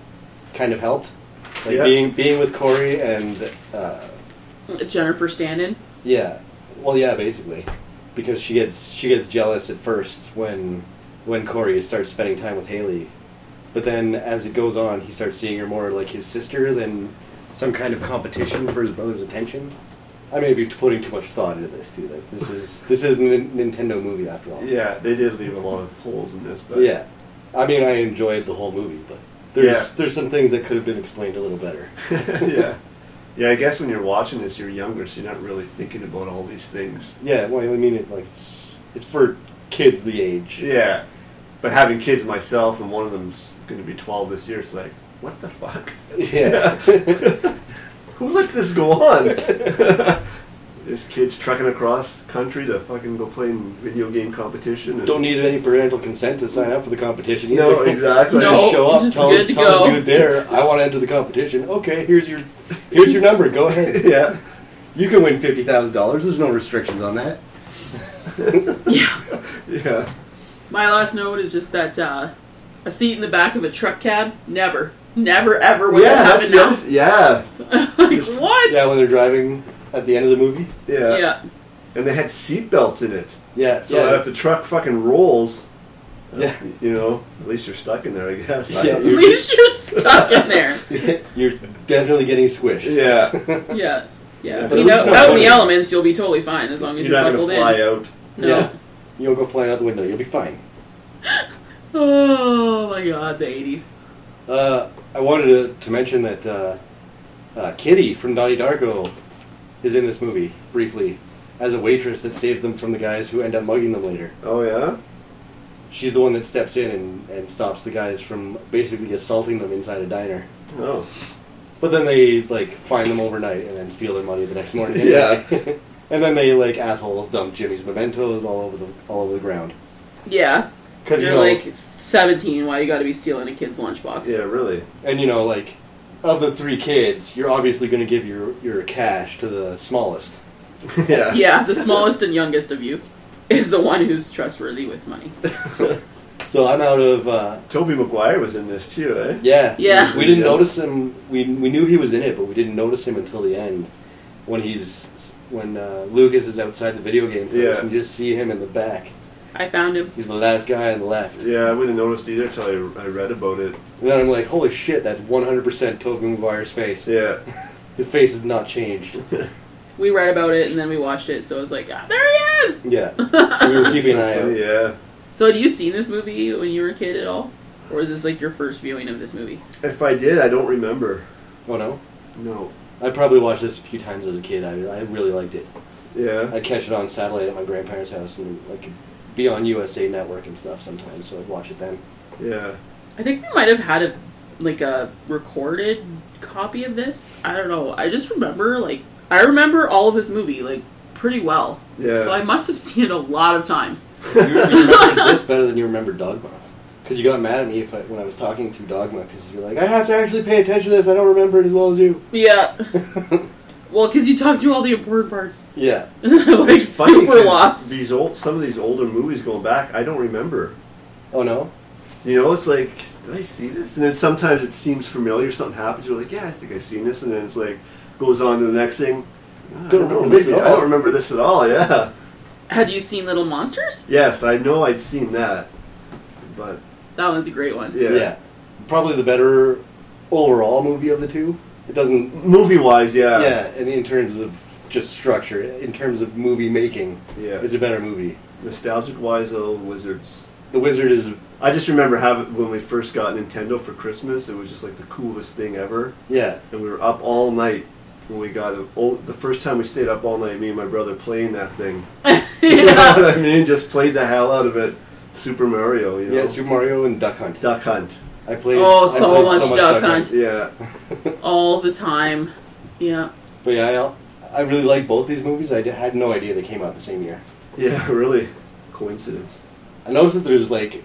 S1: kind of helped. Like
S3: Yeah.
S1: being being with Corey and uh,
S2: Jennifer Stanton.
S1: yeah, well yeah, basically because she gets she gets jealous at first when when Corey starts spending time with Haley, but then as it goes on, he starts seeing her more like his sister than some kind of competition for his brother's attention. I may be putting too much thought into this too. This this is this is a Nin- Nintendo movie after all.
S3: yeah. They did leave a lot of holes in this, but
S1: Yeah, I mean, I enjoyed the whole movie, but there's
S3: Yeah.
S1: there's some things that could have been explained a little better.
S3: <laughs> yeah, yeah. I guess when you're watching this, you're younger, so you're not really thinking about all these things.
S1: Yeah, well, I mean, it, like it's it's for kids the age.
S3: Yeah, but having kids myself, and one of them's going to be 12 this year, it's like, what the fuck?
S1: <laughs> Yeah.
S3: Who lets this go on? <laughs> this kid's trekking across country to fucking go play in video game competition. And
S1: Don't need any parental consent to sign up for the competition. Either.
S3: No, exactly.
S2: No.
S1: Just show up,
S2: just
S1: tell,
S2: good to
S1: tell the
S2: go.
S1: dude <laughs> there, I want to enter the competition. Okay, here's your here's your number. Go ahead.
S3: <laughs> Yeah.
S1: You can win fifty thousand dollars. There's no restrictions on that.
S2: Yeah.
S3: Yeah.
S2: My last note is just that uh, a seat in the back of a truck cab, never, never, ever would
S3: yeah,
S2: that happen
S3: that's the other-
S2: now.
S3: yeah.
S2: <laughs> like, what?
S1: Yeah, when they're driving at the end of the movie.
S3: Yeah.
S2: Yeah.
S3: And they had seatbelts in it.
S1: Yeah.
S3: So
S1: yeah.
S3: if the truck fucking rolls, uh,
S1: Yeah. <laughs>
S3: you know, at least you're stuck in there, I guess. I
S1: Yeah,
S3: don't
S2: At
S1: you're-
S3: know.
S2: least you're stuck in there.
S1: You're definitely getting squished. <laughs>
S3: <laughs> yeah.
S2: Yeah. Yeah.
S3: But
S2: Without,
S3: at
S1: least not
S2: without any
S1: funny.
S2: elements, you'll be totally fine as long as
S3: You're
S2: you're,
S3: not going
S2: buckled
S3: to fly
S2: in.
S3: out.
S2: No.
S1: Yeah. You don't go flying out the window. You'll be fine.
S2: Oh my god, the 80s.
S1: Uh, I wanted to, to mention that uh, uh, Kitty from Donnie Darko is in this movie briefly as a waitress that saves them from the guys who end up mugging them later.
S3: Oh, yeah?
S1: She's the one that steps in and, and stops the guys from basically assaulting them inside a diner.
S3: Oh.
S1: But then they like find them overnight and then steal their money the next morning. anyway. <laughs> and then they like assholes dump Jimmy's mementos all over the all over the ground.
S2: Yeah.
S1: Because you
S2: you're
S1: know,
S2: like 17, why you gotta be stealing a kid's lunchbox?
S3: Yeah, really. <laughs>
S1: and you know like of the three kids, you're obviously going to give your your cash to the smallest.
S2: <laughs>
S3: yeah.
S2: Yeah, the smallest and youngest of you is the one who's trustworthy with money.
S1: So I'm out of. Uh,
S3: Toby Maguire was in this too, eh?
S1: yeah,
S2: Yeah.
S1: We didn't
S3: Yeah.
S1: notice him. We we knew he was in it, but we didn't notice him until the end when he's when uh, Lucas is outside the video game place
S3: Yeah.
S1: and you just see him in the back.
S2: I found him.
S1: He's the last guy on the left.
S3: Yeah, I wouldn't have noticed either until I, I read about it.
S1: And then I'm like, holy shit, that's 100% Tobey Maguire's face.
S3: Yeah.
S1: His face has not
S3: <laughs>
S1: changed.
S2: We read about it and then we watched it, so I was like, ah, there he is!
S1: yeah. So we were keeping an eye
S3: Oh,
S1: out.
S3: yeah.
S2: So, had you seen this movie when you were a kid at all? Or was this like your first viewing of this movie?
S3: If I did, I don't remember.
S1: Oh no.
S3: No.
S1: I probably watched this a few times as a kid. I, I really liked it.
S3: Yeah.
S1: I'd catch it on satellite at my grandparents' house and like it'd be on USA Network and stuff sometimes, so I'd watch it then.
S3: Yeah.
S2: I think we might have had a like a recorded copy of this. I don't know. I just remember like I remember all of this movie like pretty well.
S3: Yeah.
S2: So I must have seen it a lot of times.
S1: You, you remembered
S3: <laughs>
S1: this better than you remember Dogma. Because you got mad at me if I, when I was talking through Dogma, because you're like, I have to actually pay attention to this, I don't remember it as well as you. <laughs>
S2: Yeah. well, because you talked through all the important parts, <laughs>
S1: yeah.
S2: like
S3: It's funny
S2: super
S3: 'cause
S2: lost.
S3: These old, some of these older movies going back, I don't remember.
S1: Oh no?
S3: You know, it's like, did I see this? And then sometimes it seems familiar. Something happens. You're like, yeah, I think I've seen this. And then it's like, goes on to the next thing. "Ah, I
S1: Don't remember this
S3: maybe
S1: at
S3: I
S1: all."
S3: don't remember this at all. Yeah.
S2: Had you seen Little Monsters?
S3: Yes, I know I'd seen that, but
S2: That one's a great one.
S3: yeah,
S1: Yeah. Probably the better overall movie of the two. It doesn't.
S3: movie wise, yeah,
S1: Yeah, and in terms of just structure in terms of movie making.
S3: Yeah.
S1: it's a better movie.
S3: Nostalgic wise, though, Wizards.
S1: The Wizard is
S3: I just remember having when we first got Nintendo for Christmas. It was just like the coolest thing ever,
S1: yeah,
S3: and we were up all night when we got it. Oh, the first time we stayed up all night, me and my brother playing that thing. You know
S2: yeah.
S3: what I mean? Just played the hell out of it. Super Mario, you know.
S1: yeah. Super Mario and Duck Hunt.
S3: Duck Hunt.
S1: I played.
S2: Oh,
S1: I
S2: so
S1: played
S2: much Duck Hunt.
S3: Yeah.
S2: All the time. Yeah.
S1: But yeah, I, I really like both these movies. I d- had no idea they came out the same year.
S3: Yeah, <laughs> really. Coincidence.
S1: I noticed that there's like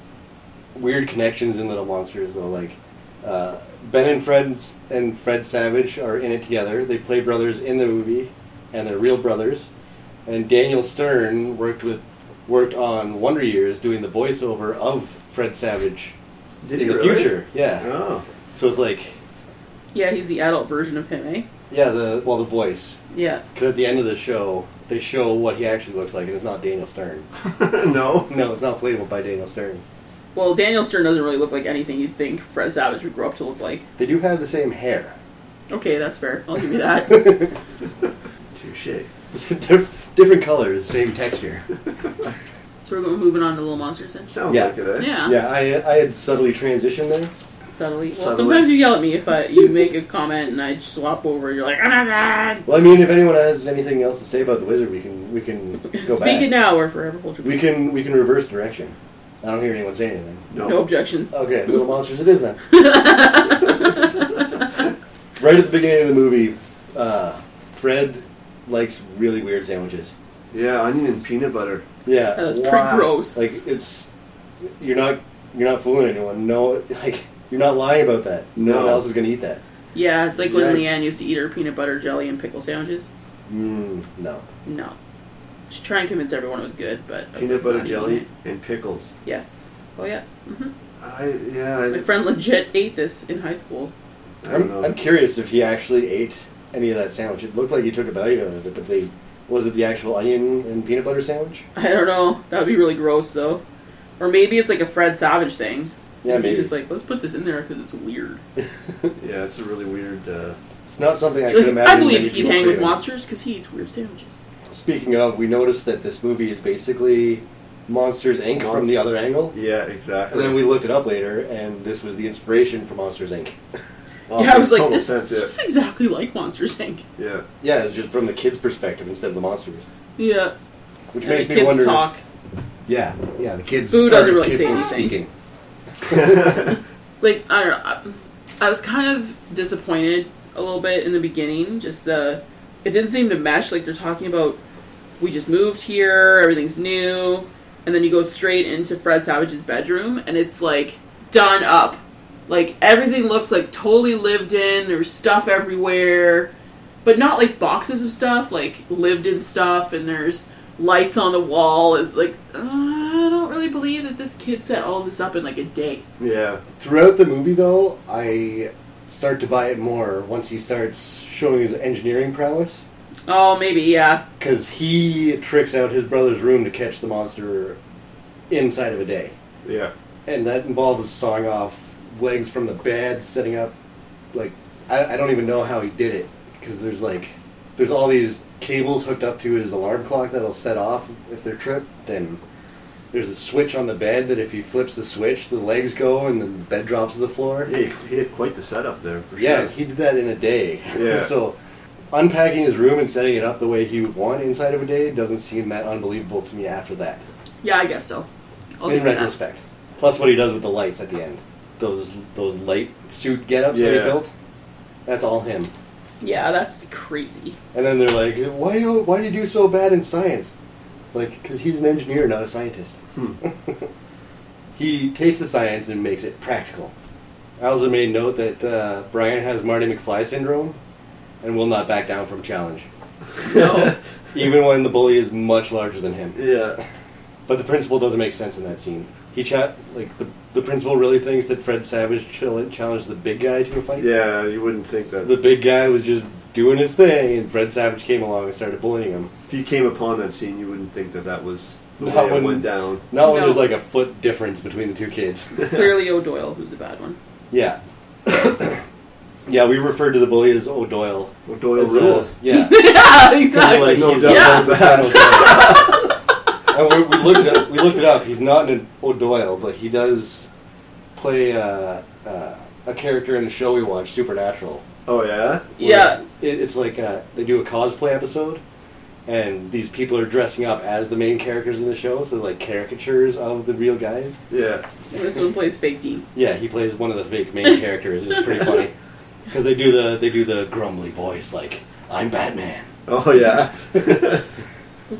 S1: weird connections in Little Monsters though. Like uh, Ben and Fred's and Fred Savage are in it together. They play brothers in the movie, and they're real brothers. And Daniel Stern worked with worked on Wonder Years doing the voiceover of Fred Savage
S3: Did
S1: in the
S3: he really?
S1: future. Yeah.
S3: Oh. <laughs>
S1: So it's like
S2: Yeah, he's the adult version of him, eh?
S1: yeah, the well the voice
S2: Yeah.
S1: because at the end of the show they show what he actually looks like, and it's not Daniel Stern.
S3: no.
S1: No, it's not playable by Daniel Stern.
S2: Well, Daniel Stern doesn't really look like anything you'd think Fred Savage would grow up to look like.
S1: They do have the same hair. <laughs>
S2: Okay, that's fair. I'll give you
S3: <laughs>
S2: that.
S3: Touche.
S1: It's a diff- different colors, same texture.
S2: so we're going, moving on to Little Monsters then.
S3: Sounds
S1: Yeah.
S3: like it, eh?
S2: Yeah.
S1: Yeah, I I had subtly transitioned there.
S2: Subtly. Well,
S3: Subtly.
S2: sometimes you yell at me if I, you make a comment and I swap over. You're like, oh my god.
S1: Well, I mean, if anyone has anything else to say about the wizard, we can we can go
S2: Speak
S1: back.
S2: it now or forever hold your
S1: We
S2: peace.
S1: can we can reverse direction. I don't hear anyone say anything.
S3: No.
S2: No objections.
S3: Oh.
S1: Okay,
S2: <laughs>
S1: little monsters, it is then. right at the beginning of the movie, uh, Fred likes really weird sandwiches.
S3: Yeah, onion and peanut butter.
S1: Yeah,
S2: That's
S3: Wow.
S2: pretty gross.
S1: like it's you're not you're not fooling anyone. No, like you're not lying about that. No,
S3: No.
S1: one else is gonna eat that.
S2: yeah, it's like when
S3: Yikes.
S2: Leanne used to eat her peanut butter jelly and pickle sandwiches.
S1: Mm, no.
S2: No. She tried and convince everyone it was good, but I was
S3: Peanut
S2: like,
S3: butter
S2: "Not
S3: jelly
S2: doing
S3: and pickles.
S2: it." Yes. Oh yeah. hmm
S3: I yeah. I,
S2: My friend legit ate this in high school.
S3: I don't
S1: I'm,
S3: know.
S1: I'm curious if he actually ate any of that sandwich. It looked like he took a bite out of it, but they was it the actual onion and peanut butter sandwich?
S2: I don't know. That would be really gross, though. Or maybe it's like a Fred Savage thing.
S1: Yeah, maybe.
S2: He's just like, let's put this in there because it's weird.
S3: yeah, it's a really weird. Uh,
S1: It's not something I
S2: Like,
S1: could imagine.
S2: I
S1: many
S2: believe he'd
S1: people
S2: hang with
S1: craving.
S2: monsters because he eats weird sandwiches.
S1: Speaking of, we noticed that this movie is basically Monsters Inc. from the other angle.
S3: yeah, exactly.
S1: And then we looked it up later, and this was the inspiration for Monsters Inc. Oh,
S3: Well,
S2: yeah, I was
S3: it's
S2: like,
S3: common
S2: this
S3: sense,
S2: is just exactly like Monsters Inc. <laughs>
S3: yeah. yeah.
S1: Yeah, it's just from the kids' perspective instead of the monsters,
S2: Yeah.
S1: which
S2: and
S1: makes
S2: the
S1: me
S2: kids
S1: wonder. if-
S2: talk.
S1: yeah, yeah, the kids.
S2: Boo doesn't
S1: are
S2: really say
S1: capable of
S2: anything.
S1: Speaking.
S2: Like, I don't know. I, I was kind of disappointed a little bit in the beginning. Just the. It didn't seem to mesh. Like, they're talking about, we just moved here, everything's new. And then you go straight into Fred Savage's bedroom, and it's like done up. Like, everything looks like totally lived in. There's stuff everywhere. But not like boxes of stuff, like lived in stuff, and there's lights on the wall. It's like, uh, I don't really believe that this kid set all this up in like a day.
S3: Yeah.
S1: Throughout the movie, though, I start to buy it more once he starts showing his engineering prowess.
S2: Oh, maybe, yeah.
S1: Because he tricks out his brother's room to catch the monster inside of a day.
S3: Yeah.
S1: And that involves sawing off legs from the bed, setting up, like, I, I don't even know how he did it. Because there's, like, there's all these cables hooked up to his alarm clock that'll set off if they're tripped. And there's a switch on the bed that if he flips the switch, the legs go and the bed drops to the floor.
S3: He, he had quite the setup there for sure.
S1: Yeah,
S3: <laughs>
S1: he did that in a day. <laughs>
S3: Yeah.
S1: so unpacking his room and setting it up the way he would want inside of a day doesn't seem that unbelievable to me after that.
S2: Yeah, I guess so. I'll
S1: in
S2: give you that.
S1: retrospect. Plus what he does with the lights at the end. Those those light suit get-ups that he
S3: Yeah.
S1: built. That's all him.
S2: Yeah, that's
S3: <laughs>
S2: crazy.
S1: And then they're like, "Why do you, why do you do so bad in science?" It's like cuz he's an engineer, not a scientist. <laughs> he takes the science and makes it practical. I also made note that uh, Brian has Marty McFly syndrome and will not back down from challenge.
S2: No.
S1: even when the bully is much larger than him.
S3: Yeah.
S1: But the principal doesn't make sense in that scene. He chat like the the principal really thinks that Fred Savage chill- challenged the big guy to a fight.
S3: Yeah. You wouldn't think that
S1: The big guy was just doing his thing, and Fred Savage came along and started bullying him.
S3: if you came upon that scene, you wouldn't think that that was the
S1: Not
S3: way
S1: when-
S3: it went down.
S1: Not when
S2: No.
S1: there's like a foot <laughs> difference between the two kids.
S2: <laughs> Clearly O'Doyle, who's the bad one.
S1: yeah. <coughs> Yeah, we referred to the bully as O'Doyle.
S3: Well, Doyle
S1: As, uh,
S3: rules.
S1: yeah.
S2: <laughs> yeah, exactly.
S1: Like,
S3: No
S1: he's
S2: <laughs>
S3: doubt
S1: not
S3: about
S1: an O'Doyle. and we, we looked it up, we looked it up. He's not an O'Doyle, but he does play uh, uh, a character in a show we watch, Supernatural.
S3: Oh yeah.
S1: where
S2: Yeah.
S1: it, it's like uh, they do a cosplay episode, and these people are dressing up as the main characters in the show, so like caricatures of the real guys.
S3: Yeah.
S2: This one plays fake Dean.
S1: Yeah, he plays one of the fake main characters. and It's pretty funny because they do the they do the grumbly voice like I'm Batman.
S3: Oh yeah.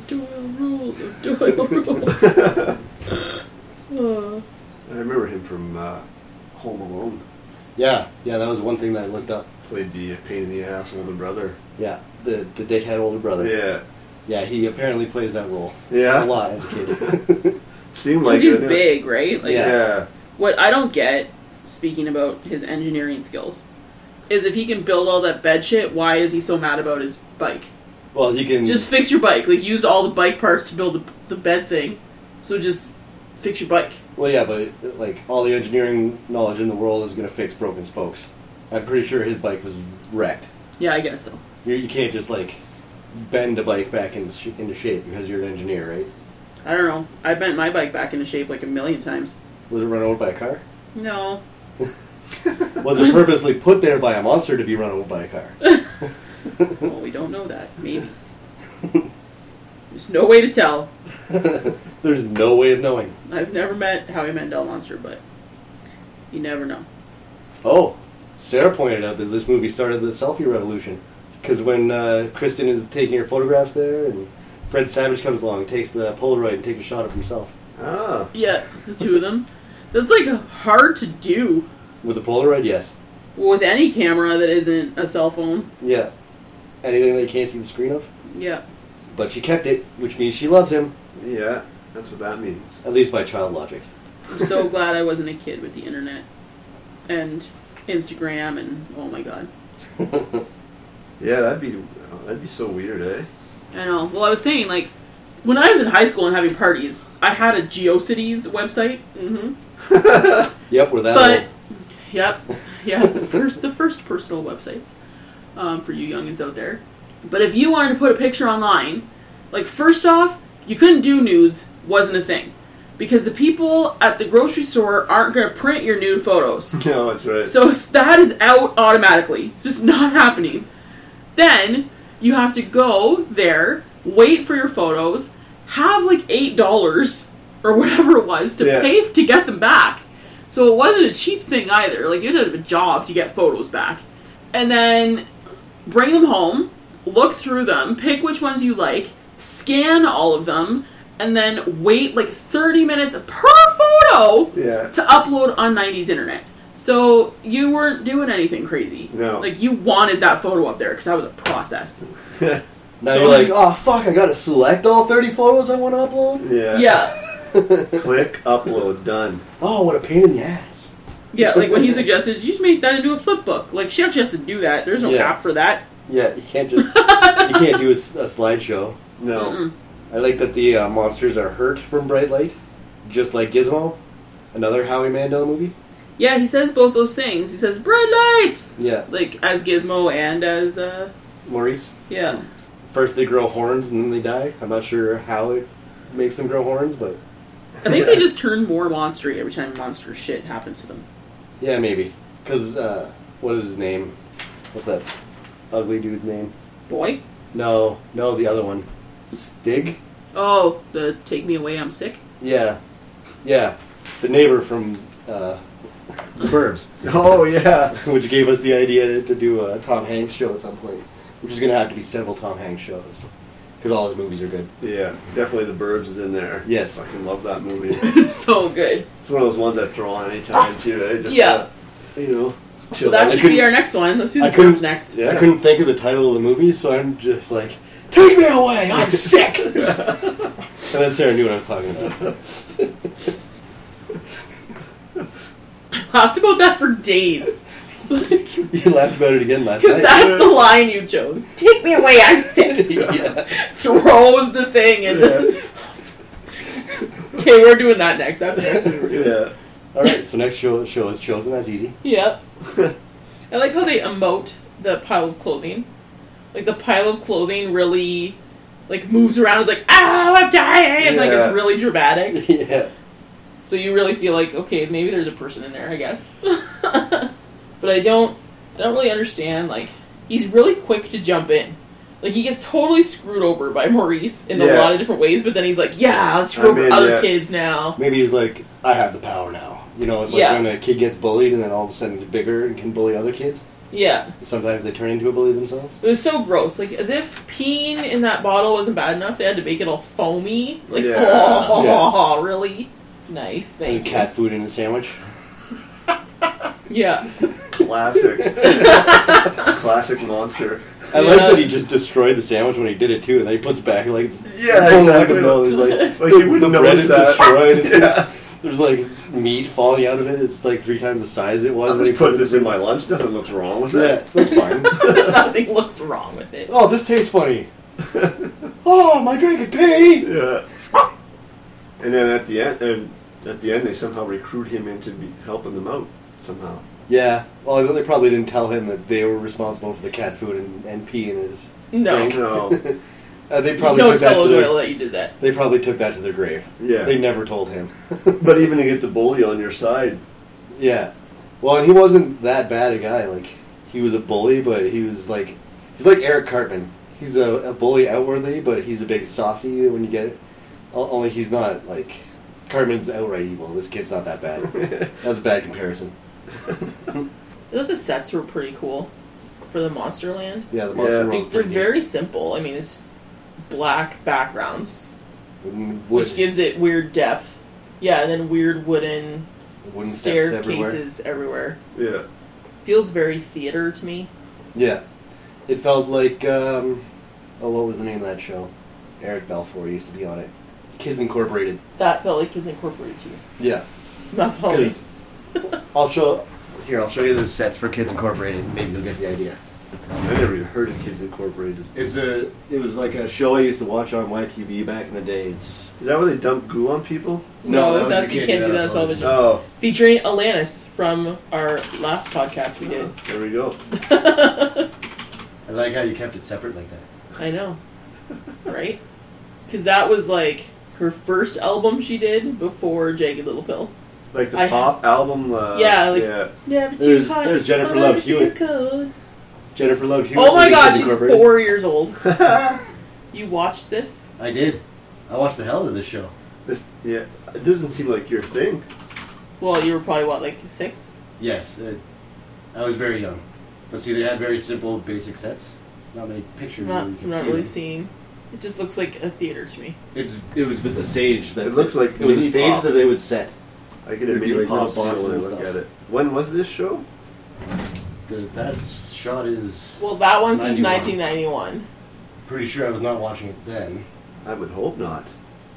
S2: Doyle rules.
S3: <laughs>
S2: Doyle rules. Uh,
S3: I remember him from uh, Home Alone.
S1: Yeah, yeah, that was one thing that I looked up.
S3: Played the pain in the ass older brother.
S1: Yeah, the the dickhead older brother.
S3: Yeah.
S1: Yeah, he apparently plays that role a
S3: Yeah.
S1: lot as a
S3: <laughs>
S1: kid.
S3: Seemed like
S2: Because he's
S3: it, yeah.
S2: big, right? Like,
S1: Yeah.
S3: Yeah.
S2: what I don't get, speaking about his engineering skills, is if he can build all that bed shit, why is he so mad about his bike?
S1: well, you can
S2: Just fix your bike. Like, use all the bike parts to build the, the bed thing. So just fix your bike.
S1: Well, yeah, but like all the engineering knowledge in the world is going to fix broken spokes. I'm pretty sure his bike was wrecked.
S2: Yeah, I guess so.
S1: You, you can't just like bend a bike back into, sh- into shape because you're an engineer, right?
S2: I don't know. I bent my bike back into shape like a million times.
S1: Was it run over by a car?
S2: No.
S1: Was it purposely put there by a monster to be run over by a car?
S2: Well, we don't know that. Maybe. There's no way to tell.
S1: <laughs> There's no way of knowing.
S2: I've never met Howie Mandel Monster, but you never know.
S1: Oh, Sarah pointed out that this movie started the selfie revolution because when uh, Kristen is taking her photographs there, and Fred Savage comes along, takes the Polaroid, and takes a shot of himself
S3: Ah.
S2: Yeah, the two of them. That's like hard to do
S1: with the Polaroid. Yes.
S2: with any camera that isn't a cell phone.
S1: Yeah. Anything they can't see the screen of.
S2: Yeah.
S1: But she kept it, which means she loves him,
S3: Yeah. That's what that means.
S1: at least by child logic. <laughs>
S2: I'm so glad I wasn't a kid with the internet and Instagram and oh my god.
S3: Yeah, that'd be that'd be so weird, eh? <laughs>
S2: I know. Well, I was saying like when I was in high school and having parties, I had a GeoCities website. Mm-hmm.
S1: Yep, we're that
S2: But
S1: old.
S2: yep, yeah, the first the first personal websites um, for you youngins out there. But if you wanted to put a picture online, like first off, you couldn't do nudes; wasn't a thing because the people at the grocery store aren't going to print your nude photos.
S3: No, that's right. <laughs>
S2: So that is out automatically. It's just not <laughs> happening. Then you have to go there, wait for your photos, have like eight dollars or whatever it was to
S3: Yeah.
S2: pay f- to get them back. So it wasn't a cheap thing either. Like you had to have a job to get photos back, and then bring them home, look through them, pick which ones you like, scan all of them, and then wait like thirty minutes per photo
S3: yeah.
S2: to upload on 90s internet. So you weren't doing anything crazy.
S3: No.
S2: Like you wanted that photo up there because that was a process.
S1: Now
S2: so-
S1: you're like, oh fuck, I gotta select all 30 photos I wanna upload?
S3: yeah.
S2: Yeah.
S3: Click, upload, done.
S1: Oh, what a pain in the ass.
S2: Yeah, like
S3: <laughs>
S2: what he suggested, you just make that into a flip book. Like she actually has to do that. There's no
S1: Yeah.
S2: app for that.
S1: Yeah, you can't just, you can't do a, s- a slideshow.
S3: No.
S1: I like that the uh, monsters are hurt from bright light, just like Gizmo, another Howie Mandel movie.
S2: Yeah, he says both those things. He says bright lights,
S1: Yeah,
S2: like as Gizmo and as uh,
S1: Maurice.
S2: yeah.
S1: First they grow horns and then they die. I'm not sure how it makes them grow horns, but
S2: I think they just turn more monstery every time monster shit happens to them.
S1: Yeah, maybe. Because, uh, what is his name? What's that ugly dude's name?
S2: Boy.
S1: No, no, the other one. Stig?
S2: Oh, the take me away, I'm sick.
S1: Yeah. Yeah. The neighbor from, uh, <laughs> The Burbs,
S3: Oh yeah.
S1: which gave us the idea to, to do a Tom Hanks show at some point, which is going to have to be several Tom Hanks shows. Because all his movies are good.
S3: Yeah. Definitely the Burbs is in there.
S1: Yes.
S3: I can love that movie.
S2: <laughs> It's so good.
S3: It's one of those ones I throw on anytime too. Eh? Just,
S2: Yeah.
S3: uh, you know.
S2: so
S1: Chill out. I
S2: that should
S1: couldn't-
S2: be our next one. Let's do
S1: I
S2: the
S1: couldn't-
S2: Burbs next.
S3: Yeah.
S1: I couldn't think of the title of the movie, so I'm just like, Take me away! I'm sick! and then Sarah knew what I was talking about. <laughs>
S2: laughed about that for days. Because
S1: You laughed about it again last night. <laughs>
S2: that's the line you chose. Take me away, I'm sick.
S1: yeah.
S2: Throws the thing and <laughs> Okay, we're doing that next. That's it.
S3: Yeah. <laughs>
S1: All right, so next show show is chosen. That's easy.
S2: Yep. And I like how they emote the pile of clothing. Like the pile of clothing really like moves around. It's like, "Ow, I'm dying!" Like
S1: Yeah.
S2: it's really
S1: <laughs>
S2: dramatic.
S1: yeah.
S2: So you really feel like, okay, maybe there's a person in there, I guess. <laughs> but I don't I don't really understand like he's really quick to jump in. Like he gets totally screwed over by Maurice in a
S3: Yeah.
S2: lot of different ways, but then he's like, "Yeah, let's screw
S3: I'm
S2: over
S3: in,
S2: other
S3: yeah."
S2: kids now."
S1: Maybe he's like, I have the power now. You know, it's like
S2: Yeah.
S1: when a kid gets bullied and then all of a sudden he's bigger and can bully other kids.
S2: Yeah,
S1: Sometimes they turn into a bully themselves.
S2: it was so gross. Like as if peeing in that bottle wasn't bad enough, they had to make it all foamy. Like, <laughs>
S3: Yeah.
S2: oh, really nice,
S1: And
S2: thank you.
S1: cat food in a sandwich.
S2: Yeah, <laughs>
S3: Classic. Classic monster.
S1: I like
S2: Yeah.
S1: that he just destroyed the sandwich when he did it too, and then he puts it back like it's
S3: Yeah,
S1: it's
S3: exactly.
S1: like, no, it's like,
S3: Like,
S1: the-
S3: you wouldn't
S1: the bread
S3: notice
S1: is
S3: that.
S1: destroyed. It's-
S3: <laughs> Yeah.
S1: There's like meat falling out of it. It's like three times the size it was.
S3: I'll
S1: when he
S3: just put
S1: it
S3: this in my lunch. Nothing looks wrong with
S1: Yeah,
S3: that.
S1: that's fine.
S3: <laughs>
S2: nothing looks wrong with it.
S1: oh, this tastes funny. oh, my drink is pee.
S3: Yeah. And then at the end, and at the end, they somehow recruit him into be helping them out somehow.
S1: Yeah. Well, I know they probably didn't tell him that they were responsible for the cat food and, and pee in his.
S2: No,
S1: Thank
S3: No,
S1: Uh, they probably
S2: don't
S1: took that
S2: tell
S1: to
S2: Doyle
S1: their,
S2: that you did that.
S1: They probably took that to their grave.
S3: Yeah.
S1: They never told him. <laughs>
S3: but even to get the bully on your side, <laughs>
S1: Yeah. Well, and he wasn't that bad a guy. Like, he was a bully, but he was like, he's like Eric Cartman. He's a, a bully outwardly, but he's a big softy when you get it. O- Only he's not like Cartman's outright evil. This kid's not that bad. That's a bad comparison.
S2: I thought the sets were pretty cool for the Monsterland.
S1: Yeah, the monster
S3: Yeah.
S1: yeah,
S2: Like, they're very simple. I mean, it's black backgrounds, which gives it weird depth. Yeah, and then weird wooden
S1: wooden steps everywhere.
S2: staircases everywhere.
S3: yeah,
S2: Feels very theater to me.
S1: Yeah, it felt like um, oh, what was the name of that show? Eric Balfour used to be on it. Kids Incorporated.
S2: That felt like it's incorporated too.
S1: Yeah,
S2: Not following.
S1: <laughs> Because I'll show here. I'll show you the sets for Kids Incorporated. Maybe you'll get the idea.
S3: I never even heard of Kids Incorporated.
S1: It's a. It was like a show I used to watch on YTV back in the day. It's
S3: Is that where they dump goo on people?
S2: No,
S1: that was
S2: that's
S1: a
S2: you
S1: kid
S2: can't do that on television.
S3: Oh,
S2: Featuring Alanis from our last podcast we did.
S3: there we go.
S1: I like how you kept it separate like that.
S2: I know, right? Because that was like her first album she did before Jagged Little Pill.
S3: Like the
S2: I-
S3: pop album. Uh,
S2: Yeah, like-
S3: yeah.
S2: Never
S1: There's-
S2: too hot.
S1: there's Jennifer
S2: never
S1: Love
S2: too
S1: Hewitt.
S2: cold.
S1: Jennifer Love Hewitt.
S2: Oh my
S1: was in
S2: god,
S1: Kids
S2: she's
S1: Incorporated.
S2: four
S1: <laughs>
S2: years old. You watched this?
S1: I did. I watched the hell out of this show.
S3: This, yeah, it doesn't seem like your thing.
S2: Well, you were probably what, like six?
S1: Yes, it, I was very young. But see, they had very simple, basic sets. Not many pictures.
S2: I'm not,
S1: where you
S2: I'm
S1: could
S2: not
S1: see
S2: really
S1: them.
S2: seeing. It just looks like a theater to me.
S1: It's it was with the stage that
S3: It looks like
S1: it was a
S3: mini
S1: stage
S3: pops.
S1: that they would set.
S3: I get a
S1: There'd be,
S3: mini
S1: like, little
S3: pop feel
S1: boxes
S3: when I
S1: and
S3: look
S1: stuff.
S3: at it. When was this show?
S1: The, that shot is
S2: Well, that one says
S1: 91.
S2: 1991.
S1: pretty sure I was not watching it then.
S3: I would hope not.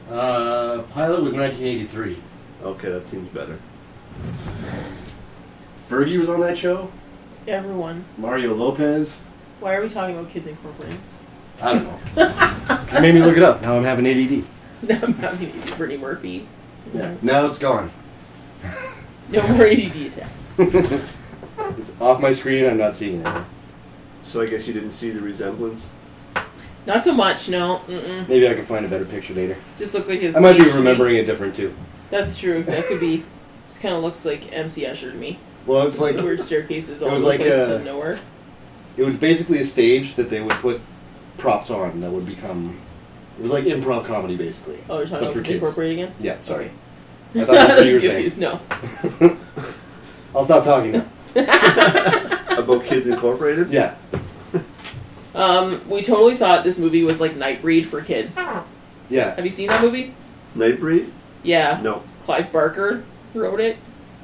S1: Uh, pilot was 1983.
S3: Okay, that seems better.
S1: Fergie was on that show.
S2: Everyone.
S1: Mario Lopez.
S2: Why are we talking about Kids Incorporated? <laughs>
S1: I don't know. I made me look it up. Now I'm having ADD.
S2: No, I'm not gonna do Brittany Murphy.
S1: Yeah. Now it's gone. <laughs>
S2: No more ADD attack.
S1: It's off my screen. I'm not seeing it.
S3: So I guess you didn't see the resemblance.
S2: Not so much, no. Mm-mm.
S1: Maybe I can find a better picture later.
S2: Just look like his.
S1: I might be
S2: age to me.
S1: remembering it different too.
S2: That's true. That could be. Just kind of looks like MC Escher to me.
S1: Well, it's like
S2: Weird staircases
S1: it
S2: all
S1: was
S2: over
S1: like uh,
S2: the place
S1: a-
S2: to nowhere.
S1: It was basically a stage that they would put props on that would become. It was like improv comedy, basically.
S2: Oh, you're
S1: but
S2: talking
S1: for
S2: about
S1: kids.
S2: Incorporated again?
S1: Yeah, sorry.
S2: Sorry. <laughs>
S1: I thought that's what you were saying.
S2: confused. No.
S1: I'll stop talking now.
S3: About Kids Incorporated?
S1: Yeah.
S2: Um, we totally thought this movie was like Nightbreed for kids. Have
S1: Yeah.
S2: you seen that movie?
S3: Nightbreed?
S2: Yeah.
S3: No.
S2: Clive Barker wrote it.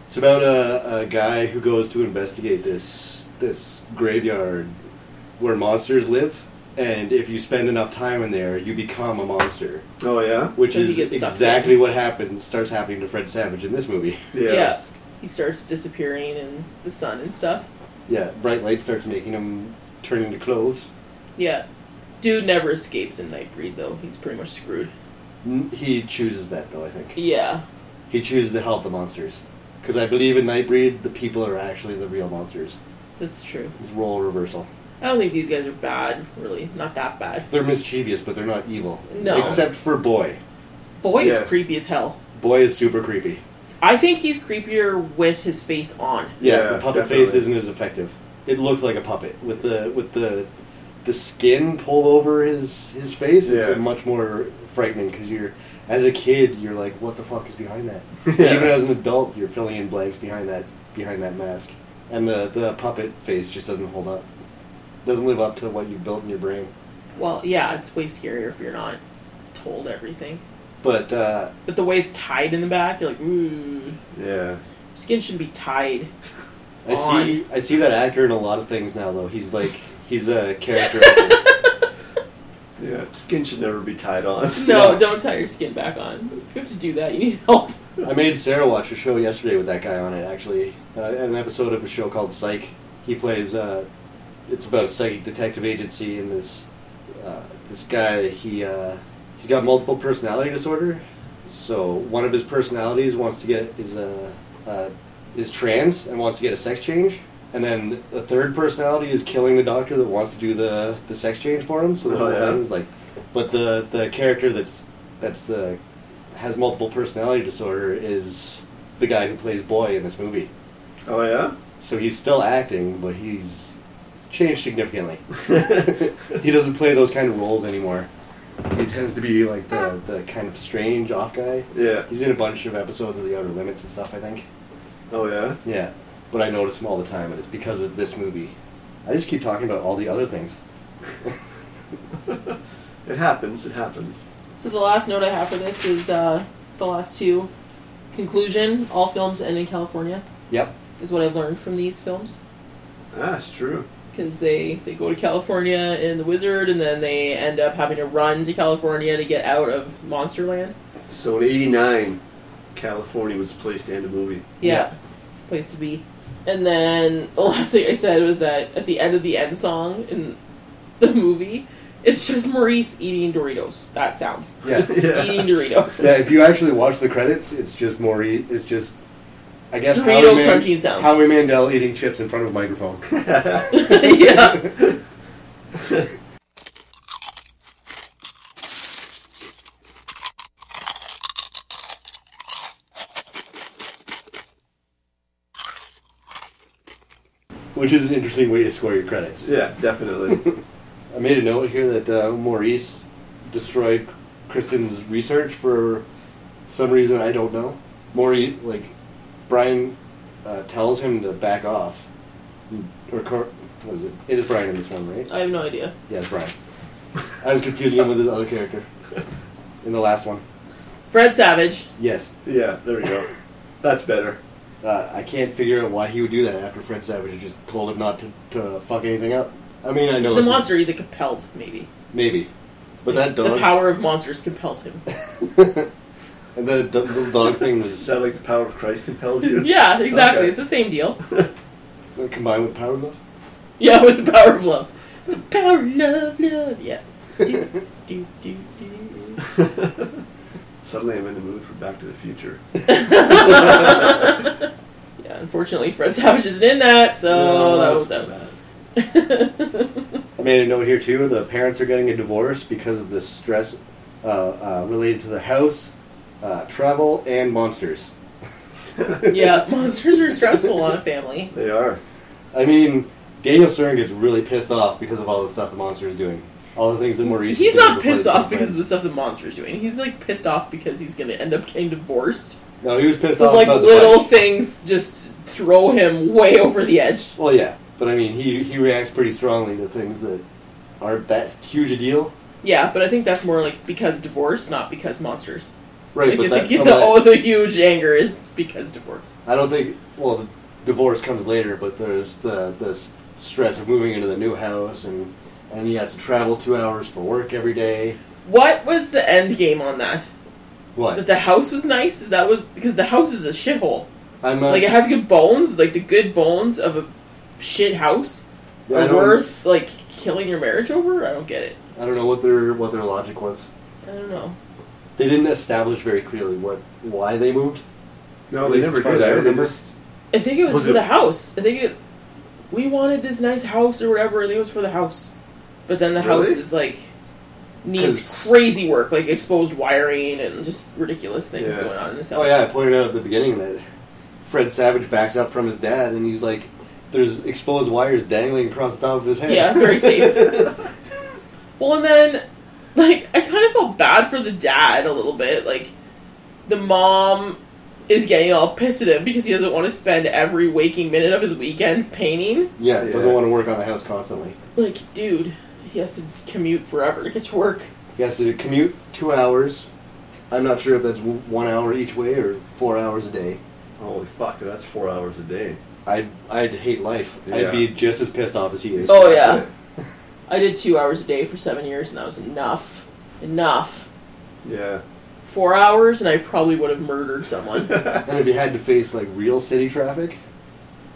S1: It's about a, a guy who goes to investigate this this graveyard where monsters live, and if you spend enough time in there, you become a monster,
S3: Oh, yeah?
S1: which
S2: So he
S1: is
S2: gets sucked
S1: exactly what happens starts happening to Fred Savage in this movie. <laughs>
S2: Yeah. He starts disappearing in the sun and stuff.
S1: Yeah, bright light starts making him turn into clothes.
S2: Yeah. Dude never escapes in Nightbreed though. He's pretty much screwed.
S1: N- He chooses that though, I think.
S2: Yeah.
S1: He chooses to help the monsters. Because I believe in Nightbreed, the people are actually the real monsters.
S2: That's true.
S1: It's role reversal.
S2: I don't think these guys are bad, really. Not that bad.
S1: They're mischievous, but they're not evil.
S2: No.
S1: Except for Boy.
S2: Boy
S3: Yes.
S2: is creepy as hell.
S1: Boy is super creepy.
S2: I think he's creepier with his face on.
S1: Yeah,
S3: Yeah,
S1: the puppet
S3: definitely.
S1: face isn't as effective. It looks like a puppet with the with the the skin pulled over his his face.
S3: Yeah.
S1: It's much more frightening because you're as a kid you're like, what the fuck is behind that?
S3: <laughs> Yeah.
S1: Even as an adult, you're filling in blanks behind that behind that mask, and the the puppet face just doesn't hold up. Doesn't live up to what you built in your brain.
S2: Well, yeah, it's way scarier if you're not told everything.
S1: But uh,
S2: But the way it's tied in the back, you're like, ooh,
S3: Yeah.
S2: skin should be tied. <laughs>
S1: I
S2: on.
S1: see I see that actor in a lot of things now though. He's like he's a
S3: <laughs>
S1: character. actor.
S3: Yeah. Skin should never be tied on.
S2: No,
S1: Yeah.
S2: don't tie your skin back on. If you have to do that, you need help.
S1: I made Sarah watch a show yesterday with that guy on it. Actually, uh, an episode of a show called Psych. He plays. Uh, it's about a psychic detective agency, and this uh, this guy he uh, he's got multiple personality disorder. So one of his personalities wants to get is uh, uh, is trans and wants to get a sex change, and then the third personality is killing the doctor that wants to do the the sex change for him. So the
S3: Oh,
S1: whole
S3: yeah.
S1: thing is like, but the the character that's that's the has multiple personality disorder is the guy who plays boy in this movie.
S3: <laughs> Oh yeah.
S1: So he's still acting, but he's changed <laughs> significantly. he doesn't play those kind of roles anymore. He tends to be like the, the kind of strange off guy.
S3: Yeah.
S1: He's in a bunch of episodes of The Outer Limits and stuff, I think.
S3: Oh yeah.
S1: Yeah. But I notice him all the time, and it's because of this movie. I just keep talking about all the other things.
S3: It happens. It happens.
S2: So the last note I have for this is uh, the last two. Conclusion: All films end in California
S1: Yep.
S2: is what I've learned from these films
S3: Ah, it's true.
S2: because they they go to California in The Wizard and then they end up having to run to California to get out of Monsterland.
S3: So in '89, California was the place to end the movie.
S2: Yeah,
S1: Yeah.
S2: it's a place to be. And then the <laughs> last thing I said was that at the end of the end song in the movie, it's just Maurice eating Doritos. That sound,
S1: Yes.
S3: Yeah.
S2: eating
S1: <laughs>
S2: Doritos.
S1: Yeah, if you actually watch the credits, it's just Maury. It's just, I guess,
S2: Dorito
S1: Howie, Man-
S2: crunchy sounds.
S1: Howie Mandel eating chips in front of a microphone. <laughs>
S2: <laughs> yeah.
S1: Which is an interesting way to score your credits.
S3: Yeah, definitely. <laughs>
S1: I made a note here that uh, Maurice destroyed Kristen's research for some reason I don't know. Maurice, like, Brian uh, tells him to back off. Or, Cor- what is it? It is Brian in this one, right?
S2: I have no idea.
S1: Yeah, it's Brian. I was confusing him with his other character in the last one.
S2: Fred Savage.
S1: Yes.
S3: yeah, there we go. That's better.
S1: Uh, I can't figure out why he would do that after Fred Savage had just told him not to, to fuck anything up. I mean, I know
S2: He's a
S1: it's-
S2: monster. He's a compelled, maybe.
S1: Maybe, but that dog.
S2: The power of monsters compels him.
S1: <laughs> and the, the little dog thing
S3: Is
S1: was
S3: that like the power of Christ compels you?
S2: <laughs> yeah, exactly.
S3: Okay.
S2: It's the same deal.
S1: uh, combined with power
S2: <laughs>
S1: glove.
S2: Yeah, with the power of love. The power of love, love. Yeah. do, do, do, do.
S3: Suddenly, I'm in the mood for Back to the Future.
S2: <laughs> Yeah, unfortunately, Fred Savage isn't in that, so that was out.
S3: bad.
S2: <laughs>
S1: I made a note here too. The parents are getting a divorce because of the stress uh, uh, related to the house, uh, travel, and monsters.
S2: yeah, <laughs> monsters are stressful on a family.
S3: They are.
S1: I mean, Daniel Stern gets really pissed off because of all the stuff the monster is doing. All the things that Maurice.
S2: He's
S1: did
S2: not
S1: before
S2: pissed
S1: they became
S2: off because of the
S1: friends.
S2: stuff the monster's doing. He's like pissed off because he's gonna end up getting divorced.
S1: No, he was pissed
S2: So
S1: off
S2: like
S1: about the
S2: little
S1: fight.
S2: things just throw him way over the edge.
S1: Well, yeah, but I mean, he he reacts pretty strongly to things that aren't that huge a deal,
S2: Yeah, but I think that's more like because divorce, not because monsters.
S1: right?
S2: like,
S1: but
S2: I
S1: that's
S2: <laughs> think the,
S1: some of that-
S2: oh, the huge anger is because divorce.
S1: I don't think. Well, the divorce comes later, but there's the the s- stress of moving into the new house, and and he has to travel two hours for work every day.
S2: What was the end game on that? That
S1: What?
S2: the house was nice? Is that was because the house is a shithole.
S1: I'm not.
S2: like it has good bones. Like the good bones of a shit house
S1: I
S2: are
S1: don't.
S2: worth like killing your marriage over. I don't get it.
S1: I don't know what their what their logic was.
S2: I don't know.
S1: They didn't establish very clearly what why they moved.
S3: No,
S1: At
S3: they
S1: least
S3: never
S1: as far
S3: did.
S1: as I
S3: They
S1: remember.
S3: just-
S2: I think it was,
S3: Was
S2: for
S3: it-
S2: the house. I think it. we wanted this nice house or whatever, and it was for the house. But then the
S3: Really?
S2: house is like needs
S1: 'Cause-
S2: crazy work, like exposed wiring and just ridiculous things
S3: Yeah.
S2: going on in this house.
S1: Oh yeah, I pointed out at the beginning that Fred Savage backs up from his dad, and he's like, "There's exposed wires dangling across the top of his head."
S2: Yeah, very safe. Well, and then, like, I kind of felt bad for the dad a little bit. Like, the mom is getting all pissed at him because he doesn't want to spend every waking minute of his weekend painting.
S1: <laughs> yeah,
S3: Yeah.
S1: doesn't want to work on the house constantly.
S2: Like, dude, he has to commute forever to get to work.
S1: He has to commute two hours. I'm not sure if that's w- one hour each way or four hours a day.
S3: Holy fuck, that's four hours a day.
S1: I'd I'd hate life.
S3: Yeah.
S1: I'd be just as pissed off as he is.
S2: Oh, yeah. I did two hours a day for seven years, and that was enough. Enough.
S3: Yeah.
S2: Four hours, and I probably would have murdered someone.
S1: <laughs> And if you had to face like real city traffic,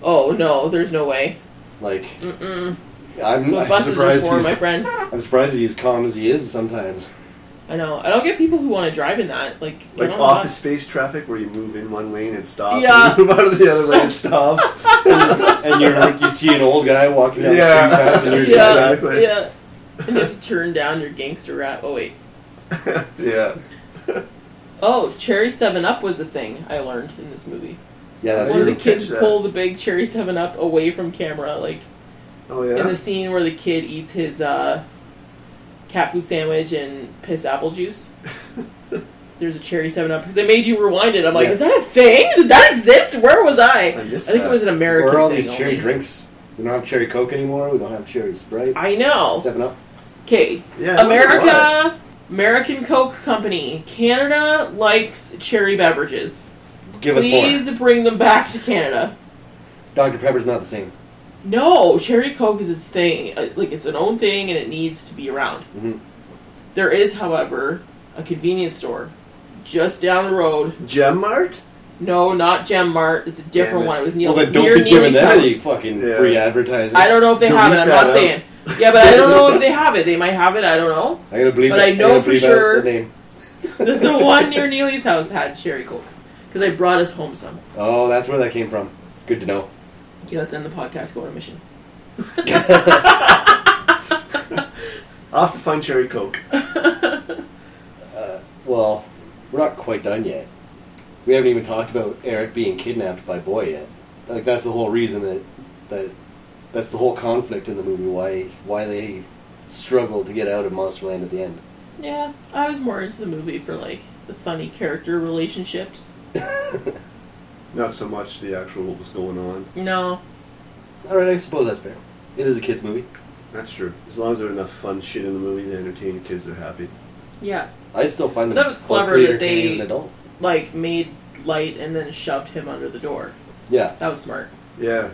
S2: oh, no, there's no way.
S1: like
S2: Mm-mm. That's
S1: I'm,
S2: what
S1: I'm
S2: buses are
S1: surprised
S2: for,
S1: he's
S2: my friend.
S1: I'm surprised he's calm as he is sometimes.
S2: I know. I don't get people who want to drive in that. Like, get
S3: Like
S2: on the
S3: office
S2: bus.
S3: space traffic where you move in one lane and stop.
S2: Yeah.
S3: And you <laughs> move out of the
S2: <laughs>
S3: other lane and stops.
S1: and you're like you see an old guy walking down
S3: Yeah.
S1: the street fast, and you're
S2: Yeah,
S1: just like,
S3: Exactly.
S2: yeah. And you have to turn down your gangster rap. Oh wait.
S3: yeah.
S2: Oh, cherry seven up was a thing I learned in this movie.
S1: yeah, that's
S2: One of
S1: true.
S2: the
S3: didn't catch
S2: kids
S3: that.
S2: pulls a big cherry seven up away from camera, like
S3: Oh yeah.
S2: in the scene where the kid eats his uh, cat food sandwich and piss apple
S3: <laughs>
S2: juice. There's a cherry seven up because they made you rewind it. I'm like,
S1: Yeah.
S2: is that a thing? Did that exist? Where was I?
S3: I missed
S2: think it
S3: that.
S2: was an American.
S1: Where are all
S2: thing
S1: these cherry
S2: only.
S1: drinks? We don't have cherry coke anymore. We don't have cherry sprite.
S2: I know.
S1: Seven Up.
S2: Okay,
S3: Yeah, I wonder why.
S2: America, American Coke Company, Canada likes cherry beverages.
S1: Give us
S2: Please
S1: more.
S2: bring them back to Canada.
S1: Dr Pepper's not the same.
S2: No, cherry Coke is its thing. uh, Like, it's an own thing and it needs to be around.
S1: Mhm.
S2: There is, however, a convenience store just down the road.
S3: Gem Mart?
S2: No, not Gem Mart. It's a different
S3: Damn it.
S2: one. It was Neil.
S1: Well, then don't
S2: near
S1: be giving
S2: Neely's
S1: them any
S2: house.
S1: fucking
S3: Yeah.
S1: free advertising.
S2: I don't know if they
S3: Delete
S2: have it. I'm
S3: that
S2: not
S3: out.
S2: saying. Yeah, but I
S1: <laughs>
S2: don't know if they have it. They might have it. I don't know.
S1: I'm gonna believe.
S2: But
S1: it.
S2: I
S1: I'm
S2: know
S1: gonna
S2: for
S1: believe out
S2: sure-
S1: the
S2: <laughs>
S1: name.
S2: The, the one near Neely's house had cherry coke because I brought us home some.
S1: <laughs> Oh, that's where that came from. It's good to know.
S2: Yeah, let's end the podcast. Go on a mission.
S3: I'll have to find Cherry Coke.
S1: Well, we're not quite done yet. We haven't even talked about Eric being kidnapped by Boy yet. Like that's the whole reason that that that's the whole conflict in the movie. Why why they struggle to get out of Monsterland at the end.
S2: Yeah, I was more into the movie for like the funny character relationships.
S3: Not so much the actual what was going on.
S2: No,
S1: All right, I suppose that's fair. It is a kids movie.
S3: That's true. As long as there's enough fun shit in the movie to entertain kids, they're happy.
S2: yeah,
S1: I still find them
S2: That was
S1: both
S2: clever
S1: pretty
S2: that they-
S1: entertaining as an adult.
S2: like made light and then shoved him under the door.
S1: Yeah,
S2: That was smart.
S3: Yeah.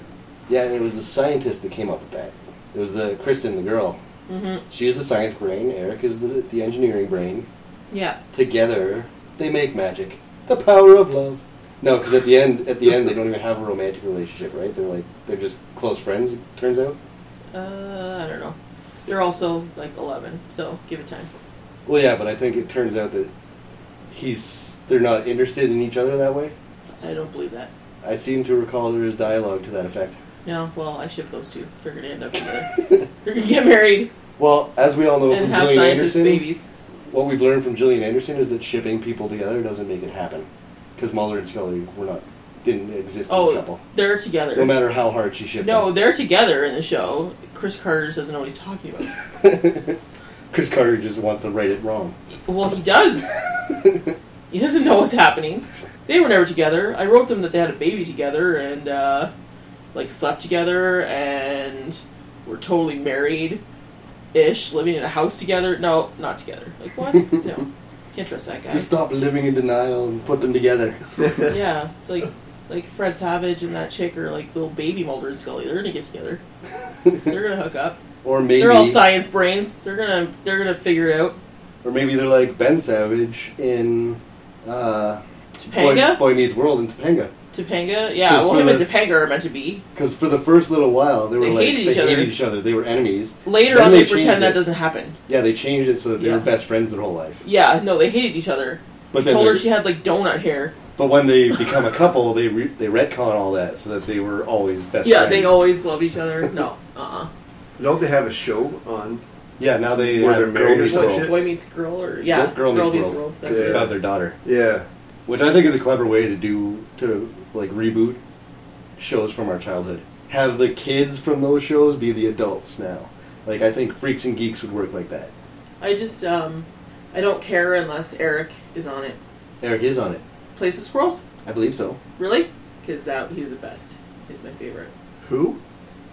S1: yeah. And it was the scientist that came up with that. It was the Kristen, the girl.
S2: Mm-hmm.
S1: She's the science brain. Eric is the, the engineering brain.
S2: Yeah,
S1: Together, they make magic. The power of love. No, because at the end, at the end, they don't even have a romantic relationship, right? They're like they're just close friends. It turns out.
S2: uh, I don't know. They're also like eleven, so give it time.
S1: Well, yeah, but I think it turns out that he's they're not interested in each other that way.
S2: I don't believe that.
S1: I seem to recall there is dialogue to that effect. <laughs>
S2: No, well, I ship those two. They're gonna end up together. They're gonna
S1: <laughs>
S2: get married
S1: Well, as we all know
S2: and
S1: from
S2: have
S1: Gillian
S2: scientist
S1: Anderson,
S2: babies.
S1: what we've learned from Gillian Anderson is that shipping people together doesn't make it happen. Because Mulder and Scully were not didn't exist as a
S2: Oh,
S1: couple.
S2: they're together.
S1: No matter how hard she shipped
S2: No,
S1: them.
S2: they're together in the show. Chris Carter doesn't know what he's talking about.
S1: <laughs> Chris Carter just wants to write it wrong. <laughs>
S2: well, he does. he doesn't know what's happening. They were never together. I wrote them that they had a baby together and, uh, like, slept together and were totally married ish, living in a house together. No, not together.
S1: <laughs>
S2: Like, what? no. Can't trust that guy.
S1: Just stop living in denial and put them
S2: <laughs>
S1: together.
S2: Yeah, it's like. Like Fred Savage and that chick are like little baby Mulder and Scully. They're gonna
S1: <laughs>
S2: get together. They're gonna hook up.
S1: or maybe
S2: They're all science brains. They're gonna they're gonna figure it out.
S1: or maybe they're like Ben Savage in uh, Boy,
S2: Topanga?
S1: Boy Meets World in Topanga.
S2: Topanga? Yeah,
S1: Just
S2: well,
S1: for
S2: him and
S1: the-
S2: Topanga are meant to be.
S1: Because for the first little while they were
S2: They
S1: like
S2: hated
S1: they
S2: each other.
S1: hated each other. They were enemies.
S2: Later
S1: Then
S2: on,
S1: they
S2: they,
S1: changed
S2: pretend that
S1: it.
S2: doesn't happen.
S1: Yeah, they changed it so that they
S2: Yeah.
S1: were best friends their whole life.
S2: Yeah, no, they hated each other.
S1: But
S2: he
S1: then
S2: told her
S1: they're-
S2: she had, like, donut hair.
S1: But when they become a couple, they re- they retcon all that so that they were always best
S2: yeah,
S1: friends.
S2: they always love each other.
S1: <laughs>
S2: No, uh,
S3: Don't they have a show on?
S1: Yeah, now they
S3: Were
S1: have
S3: they married
S1: Girl
S3: or
S1: Meets
S3: some
S2: uh
S1: World.
S3: shit?
S2: boy meets girl, or yeah,
S1: Girl, Meets World.
S2: That's
S1: It's
S3: Yeah.
S2: it.
S1: about their daughter,
S3: Yeah.
S1: which I think is a clever way to do to like reboot shows from our childhood. Have the kids from those shows be the adults now. Like I think Freaks and Geeks would work like that.
S2: I just um, I don't care unless Eric is on it.
S1: Eric is on it,
S2: Plays with squirrels,
S1: I believe so.
S2: really? Because that he's the best. He's my favorite.
S3: Who?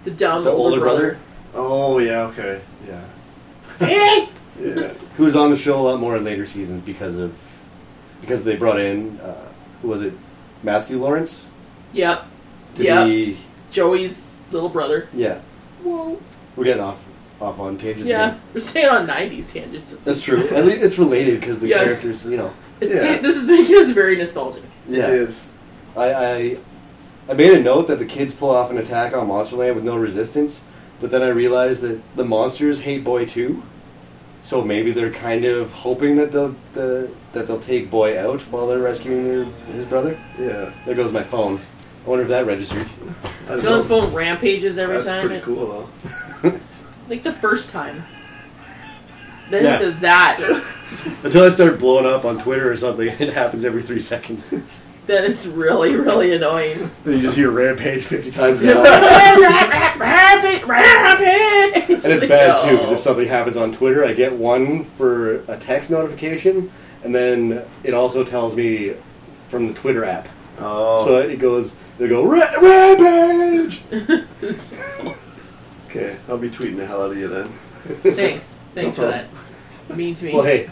S2: The dumb
S1: The
S2: older,
S1: older brother?
S3: Oh yeah. Okay. Yeah.
S1: <laughs>
S2: brother.
S3: Yeah.
S1: Who's on the show a lot more in later seasons because of because they brought in uh, who was it Matthew Lawrence
S2: yep,
S1: to
S2: Yep.
S1: be
S2: Joey's little brother.
S1: yeah.
S2: Whoa.
S1: We're getting off off on tangents.
S2: Yeah,
S1: again.
S2: we're staying on '90s tangents.
S1: that's true. At least it's related because the
S2: Yes.
S1: characters, you know.
S2: It's,
S3: Yeah.
S2: This is making us very nostalgic.
S3: It
S1: <laughs> Yeah,
S3: is.
S1: I, I I made a note that the kids pull off an attack on Monsterland with no resistance, but then I realized that the monsters hate Boy too, so maybe they're kind of hoping that they'll the, that they'll take Boy out while they're rescuing their, his brother.
S3: Yeah.
S1: There goes my phone. I wonder if that registered.
S3: I don't
S2: John's
S3: know.
S2: phone rampages every
S3: That's
S2: time.
S3: pretty cool though.
S2: Like the first time. Then
S1: Yeah.
S2: it does
S1: <laughs>
S2: that. <laughs>
S1: Until I start blowing up on Twitter or something, <laughs> it happens every three seconds. then
S2: then it's really, really annoying.
S1: you just hear Rampage 50 times an hour.
S2: <laughs> rap, rap, rap it, rap it.
S1: And it's bad too because if something happens on Twitter, I get one for a text notification, and then it also tells me from the Twitter app.
S3: Oh.
S1: So it goes, they go "Ra- rampage.
S3: okay. I'll be tweeting the hell out of you then.
S2: Thanks. Thanks
S3: No
S2: for that. Mean to me.
S1: Well,
S3: <laughs>
S1: hey,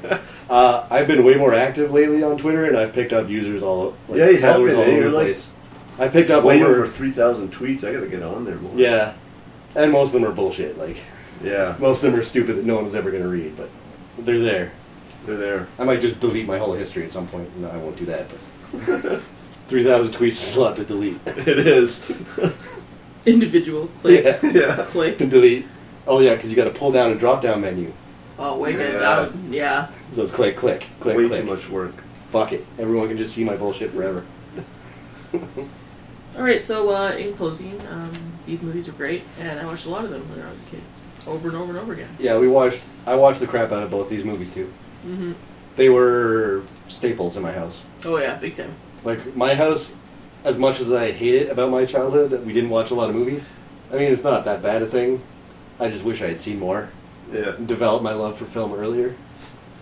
S1: uh, I've been way more active lately on Twitter, and I've picked up users all like,
S3: Yeah, you have
S1: followers
S3: been,
S1: all
S3: eh?
S1: over
S3: You're
S1: the
S3: like-
S1: place. I picked up
S3: Way
S1: over
S3: over three thousand tweets. I gotta get on there more.
S1: yeah, and most of them are bullshit. Like
S3: Yeah.
S1: most of them are stupid that no one was ever going to read, but they're there. <laughs>
S3: They're there.
S1: I might just delete my whole history at some point. No, I won't do that. But <laughs> three thousand tweets is a lot to delete. <laughs>
S3: It is.
S2: Individual click.
S1: yeah,
S3: <laughs> yeah.
S2: Click.
S1: can delete. Oh yeah, because you got to pull down a drop down menu.
S2: Oh, wicked.
S3: Yeah.
S2: That would- Yeah.
S1: So it's click, click, click,
S3: Way
S1: click.
S3: too much work.
S1: Fuck it. Everyone can just see my bullshit forever.
S2: All right. So, uh, in closing, um, these movies are great, and I watched a lot of them when I was a kid, over and over and over again.
S1: Yeah, we watched. I watched the crap out of both these movies too.
S2: hmm
S1: They were staples in my house.
S2: Oh yeah, big time.
S1: Like my house, as much as I hate it about my childhood, that we didn't watch a lot of movies. I mean, it's not that bad a thing. I just wish I had seen more.
S3: Yeah.
S1: Developed my love for film earlier.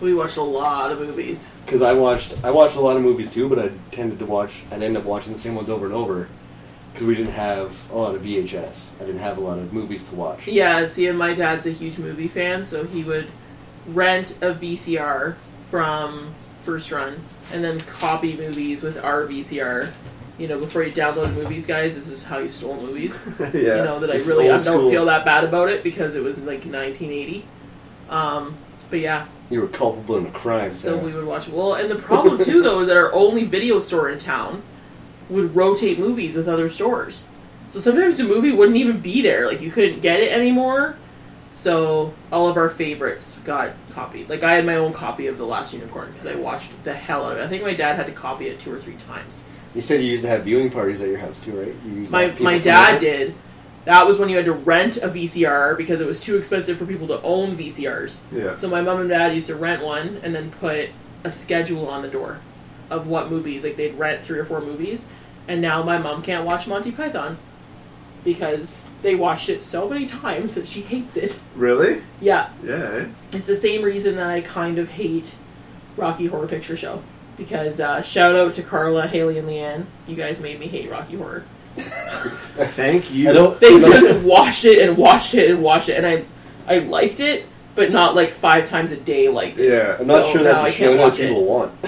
S2: We watched a lot of movies.
S1: because I watched I watched a lot of movies too, but I tended to watch I'd end up watching the same ones over and over because we didn't have a lot of VHS. I didn't have a lot of movies to watch.
S2: <laughs> Yeah, see, and my dad's a huge movie fan, so he would rent a VCR from First Run and then copy movies with our VCR. You know, before you download movies, guys, this is how you stole
S3: <laughs>
S2: movies.
S3: yeah.
S2: You know that I
S3: It's
S2: really I
S3: old
S2: don't
S3: school.
S2: feel that bad about it because it was like 1980. Um, but yeah,
S1: You were culpable in a crime,
S2: so
S1: Sarah.
S2: we would watch. Well, and the problem too though is that our only video store in town would rotate movies with other stores. So sometimes the movie wouldn't even be there. Like you couldn't get it anymore. So all of our favorites got copied. Like I had my own copy of The Last Unicorn because I watched the hell out of it. I think my dad had to copy it two or three times.
S1: you said you used to have viewing parties at your house too, right? You used to
S2: My
S1: have people
S2: my
S1: come
S2: dad
S1: over?
S2: did. That was when you had to rent a VCR because it was too expensive for people to own VCRs.
S3: Yeah.
S2: So my mom and dad used to rent one and then put a schedule on the door of what movies. Like they'd rent three or four movies, and now my mom can't watch Monty Python because they watched it so many times that she hates it. <laughs>
S3: Really?
S2: Yeah,
S3: Yeah. eh?
S2: it's the same reason that I kind of hate Rocky Horror Picture Show because uh, shout out to Carla, Haley, and Leanne. You guys made me hate Rocky Horror.
S3: Thank you.
S1: I don't. <laughs>
S2: They
S1: I don't-
S2: just watched it and watched it and watched it, and I I liked it, but not like five times a day liked it.
S3: Yeah.
S1: I'm not
S2: so
S1: sure
S2: now
S1: that's
S2: I
S1: a
S2: can't
S1: show that
S2: watch it.
S1: people
S2: <laughs>
S1: want. <laughs>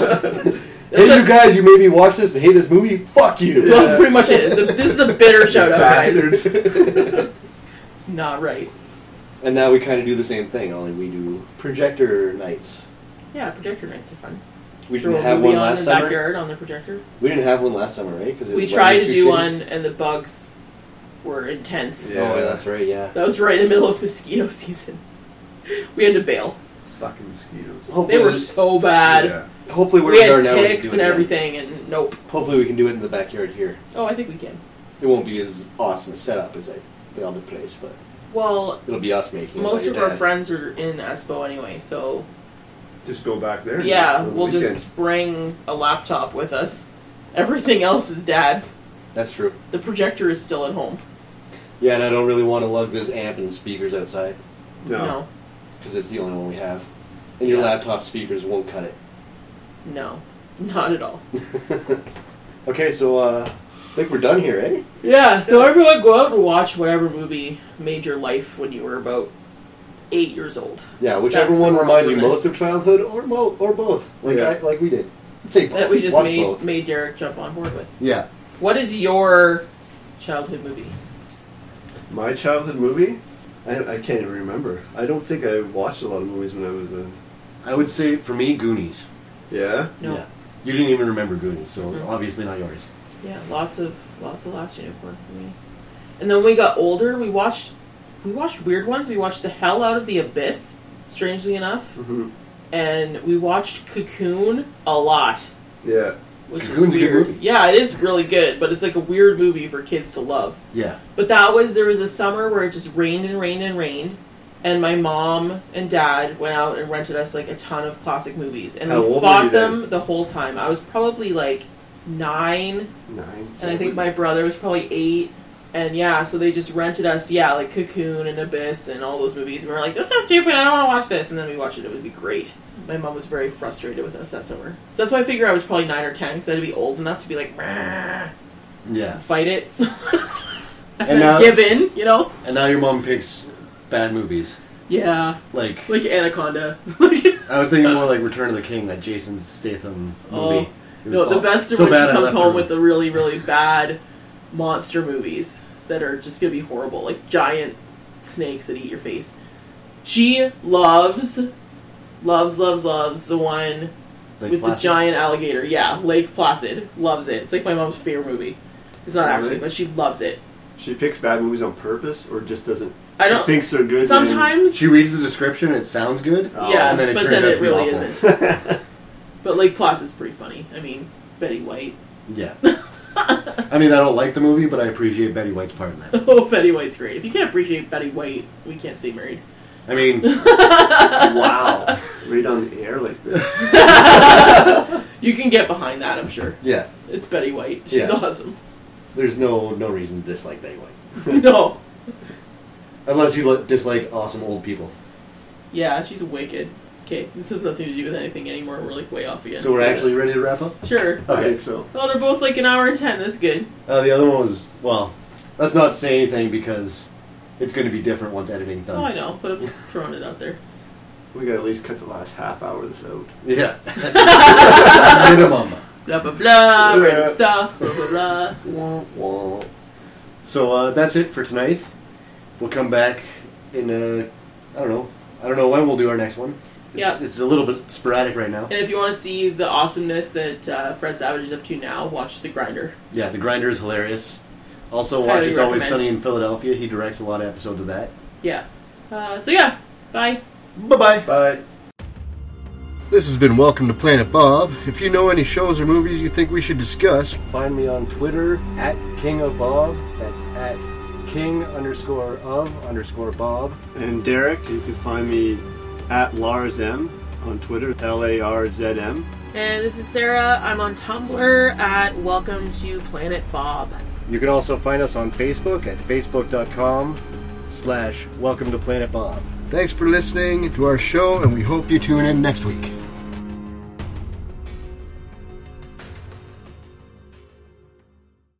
S2: That's
S1: hey,
S2: a-
S1: you guys, you made me watch this and hate this movie. Fuck you.
S2: Well, that's pretty much it. It's a, this is a bitter shout out, guys.
S1: <laughs>
S3: Bastards.
S2: It's not right.
S1: And now we kind of do the same thing. Only we do projector nights.
S2: Yeah, projector nights are fun.
S1: We
S2: Throw
S1: didn't
S2: a
S1: have
S2: movie
S1: one
S2: on in the
S1: last summer.
S2: backyard on the projector.
S1: We didn't have one last summer, right? Because
S2: We tried to do one, and the bugs were intense.
S3: Yeah.
S1: Oh, yeah, that's right. Yeah.
S2: That was right in the middle of mosquito <laughs> season. We had to bail.
S3: Fucking mosquitoes.
S1: Hopefully
S2: They were
S1: this-
S2: so bad.
S3: Yeah.
S1: Hopefully, where
S2: we
S1: we,
S2: had
S1: are now, we can do
S2: picks
S1: it
S2: and
S1: again.
S2: everything, and nope.
S1: Hopefully, we can do it in the backyard here.
S2: Oh, I think we can.
S1: It won't be as awesome a setup as like the other place, but
S2: Well,
S1: it'll be us making it.
S2: most
S1: like
S2: of
S1: your
S2: our
S1: dad.
S2: friends are in Espo anyway, so
S3: Just go back there.
S2: yeah,
S3: on the
S2: we'll
S3: weekend.
S2: just bring a laptop with us. Everything else is dad's.
S1: That's true.
S2: The projector is still at home.
S1: Yeah, and I don't really want to lug this amp and speakers outside
S3: no.
S2: No,
S1: because it's the only one we have, and your
S2: Yeah.
S1: laptop speakers won't cut it.
S2: no, not at
S1: <laughs>
S2: all.
S1: okay, so uh, I think we're done here, eh?
S2: Yeah, so everyone go out and watch whatever movie made your life when you were about eight years old.
S1: Yeah, whichever
S2: That's the
S1: one
S2: moral
S1: reminds you
S2: premise.
S1: most of childhood, or mo- or both, like
S3: Yeah.
S1: I, like we did. I'd say both.
S2: That we just
S1: Watch
S2: made
S1: both.
S2: made Derek jump on board with.
S1: Yeah,
S2: What is your childhood movie?
S3: My childhood movie? I, I can't even remember. I don't think I watched a lot of movies when I was a.
S1: I would say for me, Goonies.
S3: Yeah?
S2: No.
S1: Yeah. You didn't even remember Goonies, so
S2: No.
S1: obviously not yours.
S2: Yeah, lots of lots of last unicorn for me. And then when we got older, we watched we watched weird ones. We watched the hell out of the abyss, strangely
S1: Mm.
S2: enough,
S3: hmm
S2: and we watched Cocoon a lot,
S3: Yeah.
S2: which
S1: Cocoon's a
S2: is
S1: good
S2: weird.
S1: movie.
S2: Yeah, it is really good, but it's like a weird movie for kids to love.
S1: Yeah.
S2: But that was there was a summer where it just rained and rained and rained. And my mom and dad went out and rented us like a ton of classic movies, and
S3: How old
S2: we
S3: were
S2: fought
S3: you
S2: them
S3: then?
S2: the whole time. I was probably like nine,
S3: Nine.
S2: and I think my brother was probably eight. And yeah, so they just rented us, yeah, like Cocoon and Abyss and all those movies. And we were like, this is stupid. I don't want to watch this. And then we watched it. It would be great. My mom was very frustrated with us that summer. So that's why I figure I was probably nine or ten because I'd be old enough to be like, "Rah," <laughs>
S1: Yeah.
S2: fight it, <laughs>
S1: And now,
S2: give in, you know?
S1: and now your mom picks bad movies.
S2: Yeah,
S1: Like,
S2: like Anaconda. <laughs> Like,
S1: I was thinking more like Return of the King, that Jason Statham movie.
S2: Oh.
S1: It was
S2: no, the
S1: all-
S2: best of
S1: so
S2: when
S1: bad I
S2: she comes
S1: left
S2: home
S1: room.
S2: with the really, really bad monster movies that are just gonna be horrible, like giant snakes that eat your face. She loves, loves, loves, loves the one
S1: Like
S2: with
S1: plastic-
S2: the giant alligator. Yeah, Lake Placid loves it. It's like my mom's favorite movie. It's not
S3: Oh,
S2: actually,
S3: really?
S2: but she loves it.
S3: She picks bad movies on purpose or just doesn't.
S2: I
S3: she
S2: don't-
S3: thinks they're good. and-
S2: Sometimes,
S1: She reads the description, it sounds good.
S3: Oh.
S2: yeah,
S1: and then it
S2: but
S1: turns
S2: then
S1: out
S2: it
S1: to be
S2: really
S1: awful.
S2: isn't.
S1: <laughs>
S2: But Lake Placid's pretty funny. I mean, Betty White. <laughs>
S1: Yeah. I mean, I don't like the movie, but I appreciate Betty White's part in that.
S2: Oh, Betty White's great. If you can't appreciate Betty White, we can't stay married.
S1: I mean,
S2: <laughs>
S3: <laughs> wow. Right on the air like this.
S2: You can get behind that, I'm sure.
S1: yeah,
S2: It's Betty White. She's
S1: Yeah. <laughs>
S2: awesome.
S1: there's no no reason to dislike Betty White.
S2: no.
S1: Unless you li- dislike awesome old people.
S2: Yeah, she's wicked. Okay, this has nothing to do with anything anymore. We're like way off again.
S1: So we're actually ready to wrap up?
S2: sure.
S3: I
S1: Okay.
S3: think so.
S2: Well, they're both like an hour and ten. That's good.
S1: Uh, the other one was, well, let's not say anything because it's going to be different once editing's done.
S2: Oh, I know, but I'm just throwing it out there.
S3: We gotta at least cut the last half hour of this out.
S2: <laughs>
S1: Yeah. Minimum.
S2: Blah blah blah.
S3: Yeah.
S2: Random stuff. Blah blah blah.
S1: Wah, wah. So uh, that's it for tonight. We'll come back in uh, I don't know. I don't know when we'll do our next one. It's,
S2: Yeah.
S1: it's a little bit sporadic right now.
S2: And if you want to see the awesomeness that uh, Fred Savage is up to now, watch The Grinder.
S1: Yeah, the grinder is hilarious. Also, watch
S2: Highly
S1: It's Always
S2: recommend.
S1: Sunny in Philadelphia. He directs a lot of episodes of that.
S2: Yeah. Uh, so yeah. Bye.
S1: Bye bye.
S3: Bye.
S1: This has been Welcome to Planet Bob. If you know any shows or movies you think we should discuss, find me on Twitter at King of Bob. That's at King underscore of underscore Bob.
S3: And Derek, you can find me at Lars M on Twitter, L A R Z M.
S2: And this is Sarah. I'm on Tumblr at Welcome to Planet Bob.
S1: You can also find us on Facebook at facebook.com slash welcome to Planet Bob. Thanks for listening to our show, and we hope you tune in next week.